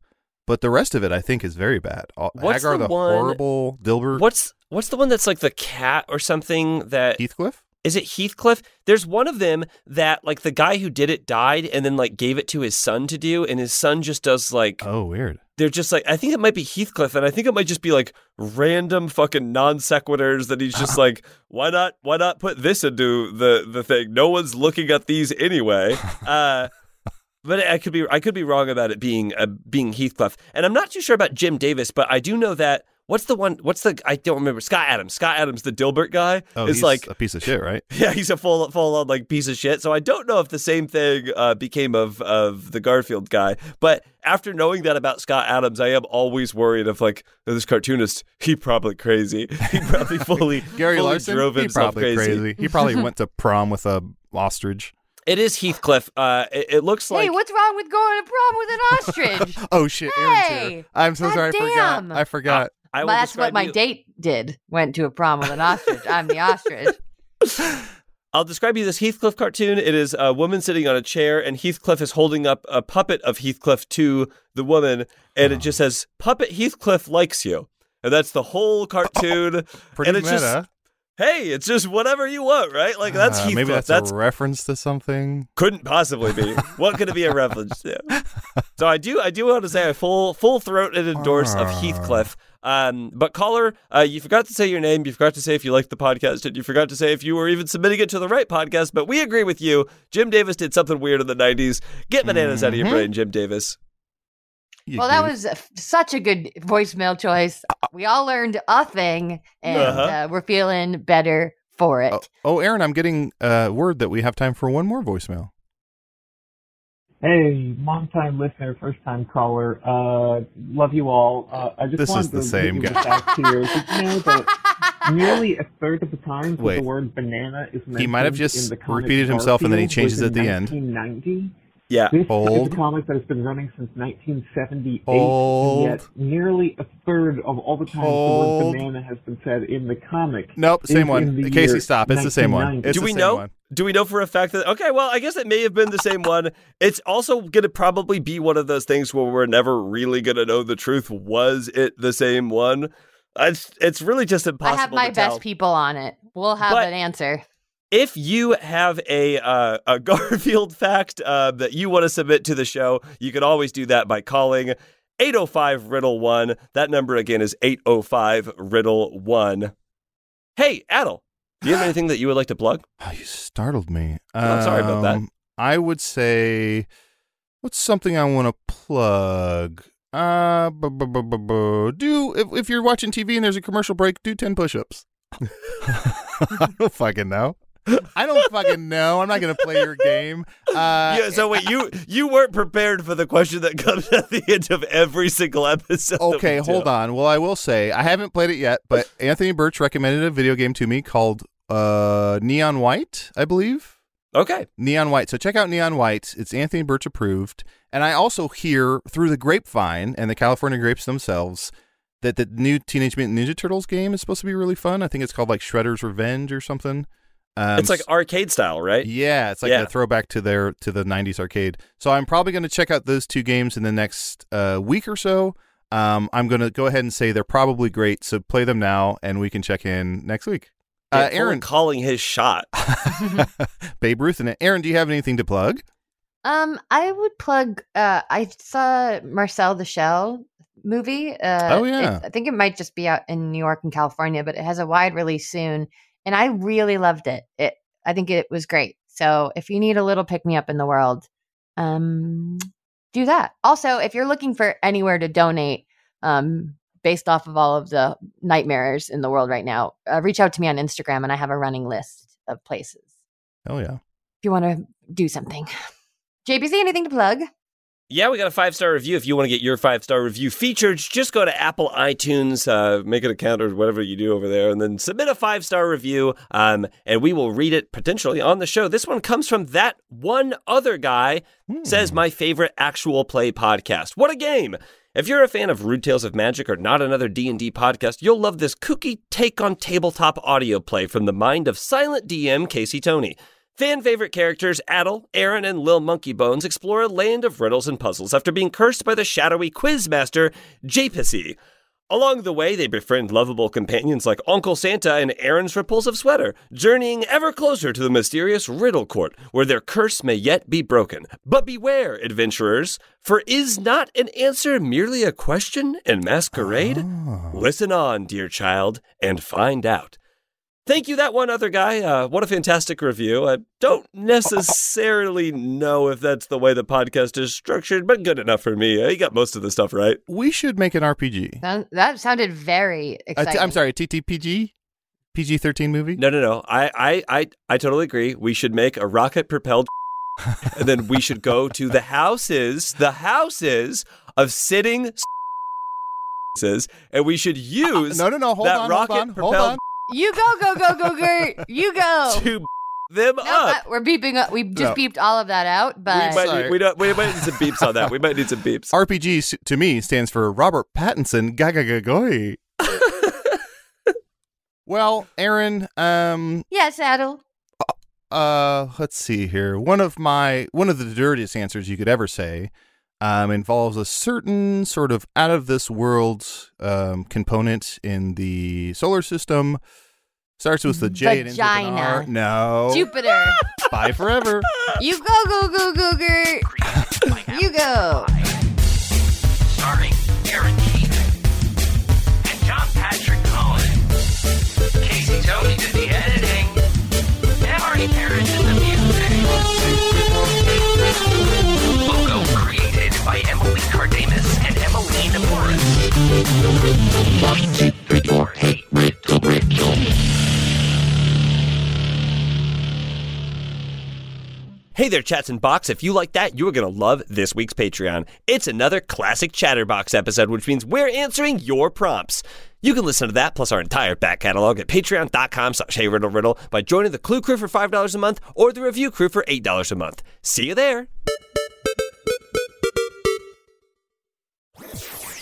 [SPEAKER 5] But the rest of it, I think, is very bad. Uh,
[SPEAKER 3] What's
[SPEAKER 5] Hagar
[SPEAKER 3] the
[SPEAKER 5] the,
[SPEAKER 3] one-
[SPEAKER 5] Horrible, Dilbert.
[SPEAKER 3] What's what's the one that's like the cat or something that
[SPEAKER 5] Heathcliff?
[SPEAKER 3] Is it Heathcliff? There's one of them that like the guy who did it died and then like gave it to his son to do, and his son just does like
[SPEAKER 5] Oh, weird.
[SPEAKER 3] they're just like I think it might be Heathcliff, and I think it might just be like random fucking non sequiturs that he's
[SPEAKER 5] *laughs*
[SPEAKER 3] just like, why not why not put this into the the thing? No one's looking at these anyway.
[SPEAKER 5] *laughs*
[SPEAKER 3] Uh But I could be I could be wrong about it being uh, being Heathcliff, and I'm not too sure about Jim Davis, but I do know that what's the one? What's the I don't remember Scott Adams. Scott Adams, the Dilbert guy,
[SPEAKER 5] Oh,
[SPEAKER 3] is
[SPEAKER 5] he's
[SPEAKER 3] like
[SPEAKER 5] a piece of shit, right?
[SPEAKER 3] *laughs* yeah, he's a full full on like piece of shit. So I don't know if the same thing uh, became of of the Garfield guy. But after knowing that about Scott Adams, I am always worried of like oh, this cartoonist. He probably crazy. He
[SPEAKER 5] *laughs*
[SPEAKER 3] probably fully
[SPEAKER 5] *laughs* Gary
[SPEAKER 3] fully
[SPEAKER 5] Larson?
[SPEAKER 3] drove
[SPEAKER 5] He
[SPEAKER 3] himself
[SPEAKER 5] probably crazy. *laughs* He probably went to prom with a ostrich.
[SPEAKER 3] It is Heathcliff. Uh, it, it looks like
[SPEAKER 4] hey, what's wrong with going to prom
[SPEAKER 3] *laughs*
[SPEAKER 4] with an ostrich?
[SPEAKER 5] Oh, shit. Aaron's here.
[SPEAKER 4] Hey,
[SPEAKER 5] I'm so sorry. I
[SPEAKER 4] goddamn.
[SPEAKER 5] forgot. I forgot.
[SPEAKER 3] I
[SPEAKER 4] Well, that's what my date did. Went to a prom with an ostrich. I'm the ostrich.
[SPEAKER 3] I'll describe you this Heathcliff cartoon. It is a woman sitting on a chair, and Heathcliff is holding up a puppet of Heathcliff to the woman, and it just says, "Puppet Heathcliff likes you," and that's the whole cartoon.
[SPEAKER 5] *laughs* Pretty
[SPEAKER 3] and it's
[SPEAKER 5] meta.
[SPEAKER 3] Just, hey, it's just whatever you want, right? Like that's
[SPEAKER 5] Uh,
[SPEAKER 3] Heathcliff.
[SPEAKER 5] maybe that's,
[SPEAKER 3] that's
[SPEAKER 5] a reference to something.
[SPEAKER 3] couldn't possibly be. what could it be a reference to? So I do, I do want to say a full, full throated endorse of Heathcliff. Um, but caller, uh, you forgot to say your name. You forgot to say if you liked the podcast, and you forgot to say if you were even submitting it to the right podcast. But we agree with you. Jim Davis did something weird in the '90s. Get bananas out of your
[SPEAKER 4] Mhm.
[SPEAKER 3] brain, Jim Davis.
[SPEAKER 4] well, that was uh, f- such a good voicemail choice. We all learned a thing, and
[SPEAKER 5] Uh-huh.
[SPEAKER 4] uh, we're feeling better for it.
[SPEAKER 5] Oh, Aaron, I'm getting uh, word that we have time for one more voicemail.
[SPEAKER 9] Hey, long-time listener, first-time caller. Uh, love you all. Uh, I just
[SPEAKER 5] This
[SPEAKER 9] wanted
[SPEAKER 5] is the
[SPEAKER 9] to
[SPEAKER 5] same
[SPEAKER 9] hit you with
[SPEAKER 5] guy.
[SPEAKER 9] a fact here. Did you
[SPEAKER 5] *laughs*
[SPEAKER 9] know that nearly a third of the time that
[SPEAKER 5] Wait.
[SPEAKER 9] the word banana is mentioned
[SPEAKER 5] He might have
[SPEAKER 9] in
[SPEAKER 5] just
[SPEAKER 9] the comic
[SPEAKER 5] repeated himself and then he
[SPEAKER 9] Garfield
[SPEAKER 5] changes
[SPEAKER 9] was
[SPEAKER 5] at
[SPEAKER 9] in
[SPEAKER 5] the end.
[SPEAKER 9] 1990.
[SPEAKER 3] Yeah.
[SPEAKER 9] This is
[SPEAKER 5] Hold.
[SPEAKER 9] a comic that has been running since 1978,
[SPEAKER 5] Hold.
[SPEAKER 9] and yet nearly a third of all the times the
[SPEAKER 5] Hold.
[SPEAKER 9] word banana has been said in the comic.
[SPEAKER 5] Nope,
[SPEAKER 9] is
[SPEAKER 5] same one.
[SPEAKER 9] in the
[SPEAKER 5] Casey,
[SPEAKER 9] year
[SPEAKER 5] stop. It's the same one.
[SPEAKER 9] 1990.
[SPEAKER 5] It's Do the we same know? one.
[SPEAKER 3] Do we know for a fact that okay, well, I guess it may have been the same one. It's also gonna probably be one of those things where we're never really gonna know the truth. Was it the same one? It's it's really just
[SPEAKER 7] I
[SPEAKER 3] impossible.
[SPEAKER 7] have my
[SPEAKER 3] to tell.
[SPEAKER 7] best people on it. We'll have
[SPEAKER 3] But-
[SPEAKER 7] an answer.
[SPEAKER 3] If you have a uh, a *laughs* Garfield fact uh, that you want to submit to the show, you can always do that by calling 805 Riddle 1. E That number again is 805 Riddle 1. E Hey, Adel, do
[SPEAKER 7] *gasps*
[SPEAKER 3] you have anything that you would like to plug?
[SPEAKER 5] startled me.
[SPEAKER 3] I'm sorry about that.
[SPEAKER 5] Um, I would say, what's something I want to plug? Uh, bu- bu- bu- bu- bu- do if, if you're watching TV and there's a commercial break, do ten push-ups. *laughs* I don't fucking know. I don't fucking know. I'm not gonna play
[SPEAKER 3] *laughs*
[SPEAKER 5] your game. Uh,
[SPEAKER 3] yeah, so wait, you you weren't prepared for the question that comes at the end of every single episode. that we
[SPEAKER 5] Okay,
[SPEAKER 3] do.
[SPEAKER 5] hold on. Well, I will say I haven't played it yet,
[SPEAKER 3] *laughs*
[SPEAKER 5] but Anthony Birch recommended a video game to me called uh, Neon White, I believe.
[SPEAKER 3] Okay.
[SPEAKER 5] Neon White. So check out Neon White. It's Anthony Birch approved. And I also hear through the grapevine and the California grapes themselves that the new Teenage Mutant Ninja Turtles game is supposed to be really fun. I think it's called like Shredder's Revenge or something. Um,
[SPEAKER 3] it's like arcade style, right?
[SPEAKER 5] yeah, it's like
[SPEAKER 3] Yeah.
[SPEAKER 5] a throwback to their to the '90s arcade. So I'm probably going to check out those two games in the next uh, week or so. Um, I'm going to go ahead and say they're probably great. So play them now, and we can check in next week. Uh,
[SPEAKER 3] Fulton
[SPEAKER 5] Aaron,
[SPEAKER 3] calling his shot.
[SPEAKER 5] *laughs*
[SPEAKER 3] *laughs*
[SPEAKER 5] Babe Ruth, and Aaron, do you have anything to plug?
[SPEAKER 7] Um, I would plug. Uh, I saw Marcel the Shell movie. Uh,
[SPEAKER 5] Oh,
[SPEAKER 7] it-
[SPEAKER 5] yeah.
[SPEAKER 7] I think it might just be out in New York and California, but it has a wide release soon, and I really loved it. It, I think it was great. So if you need a little pick me up in the world, um, do that. Also, if you're looking for anywhere to donate, um, based off of all of the nightmares in the world right now, uh, reach out to me on Instagram, and I have a running list of places
[SPEAKER 5] Hell yeah!
[SPEAKER 7] if you want to do something. *laughs* JPC, anything to plug?
[SPEAKER 3] Yeah, we got a five star review. If you want to get your five star review featured, just go to Apple iTunes, uh, make an account or whatever you do over there, and then submit a five star review. Um, and we will read it potentially on the show. This one comes from that one other guy. Says my favorite actual play podcast. What a game! If you're a fan of Rude Tales of Magic or not another D&D podcast, you'll love this kooky take on tabletop audio play from the mind of silent DM Casey Tony. Fan favorite characters Addle, Aaron, and Lil Monkey Bones explore a land of riddles and puzzles after being cursed by the shadowy quizmaster Japissy. Along the way, they befriend lovable companions like Uncle Santa and Aaron's repulsive sweater, journeying ever closer to the mysterious Riddle Court, where their curse may yet be broken. But beware, adventurers, for is not an answer merely a question in masquerade? Listen on, dear child, and find out. Thank you, that one other guy. Uh, what a fantastic review. I don't necessarily know if that's the way the podcast is structured, but good enough for me. Uh, He got most of the stuff right.
[SPEAKER 5] We should make an RPG.
[SPEAKER 7] That, that sounded very
[SPEAKER 5] A
[SPEAKER 7] exciting.
[SPEAKER 5] t- I'm sorry, a TTPG, PG-13 movie.
[SPEAKER 3] No, no, no. I, I, I, I totally agree. We should make a rocket propelled *laughs* and then we should go to the houses, the houses of sitting and we should use
[SPEAKER 5] *laughs* no, no, no. Hold
[SPEAKER 3] that
[SPEAKER 5] on, hold
[SPEAKER 3] rocket
[SPEAKER 5] on, hold
[SPEAKER 3] propelled
[SPEAKER 5] on.
[SPEAKER 7] You go, go, go, *laughs* go, Gert. You go.
[SPEAKER 3] to them
[SPEAKER 7] No,
[SPEAKER 3] up.
[SPEAKER 7] uh, we're beeping up. We
[SPEAKER 5] No.
[SPEAKER 7] just beeped all of that out,
[SPEAKER 3] We
[SPEAKER 7] but
[SPEAKER 3] might, need, we, don't, we might need some beeps on that. We might need some beeps.
[SPEAKER 5] RPG s- to me stands for Robert
[SPEAKER 3] *laughs*
[SPEAKER 5] Pattinson Gagagagoi. well, Aaron, um,
[SPEAKER 7] yes, Adel.
[SPEAKER 5] uh, let's see here. One of my one of the dirtiest answers you could ever say um, involves a certain sort of out of this world um, component in the solar system. Starts with the J and ends with an
[SPEAKER 7] Vagina.
[SPEAKER 5] R. No,
[SPEAKER 7] Jupiter.
[SPEAKER 5] bye forever.
[SPEAKER 7] you go, go, go, go, Gert. you go.
[SPEAKER 4] starring Aaron Keith and John Patrick Cohen. Casey Tony did the editing, and Marty Parrish did the music. Logo created by Emily Cardamus and Emily Namoris.
[SPEAKER 3] Hey there, Chats and Box. If you like that, you are going to love this week's Patreon. It's another classic Chatterbox episode, which means we're answering your prompts. You can listen to that plus our entire back catalog at patreon.com slash hey riddle riddle by joining the Clue Crew for $5 a month or the Review Crew for $8 a month. See you there.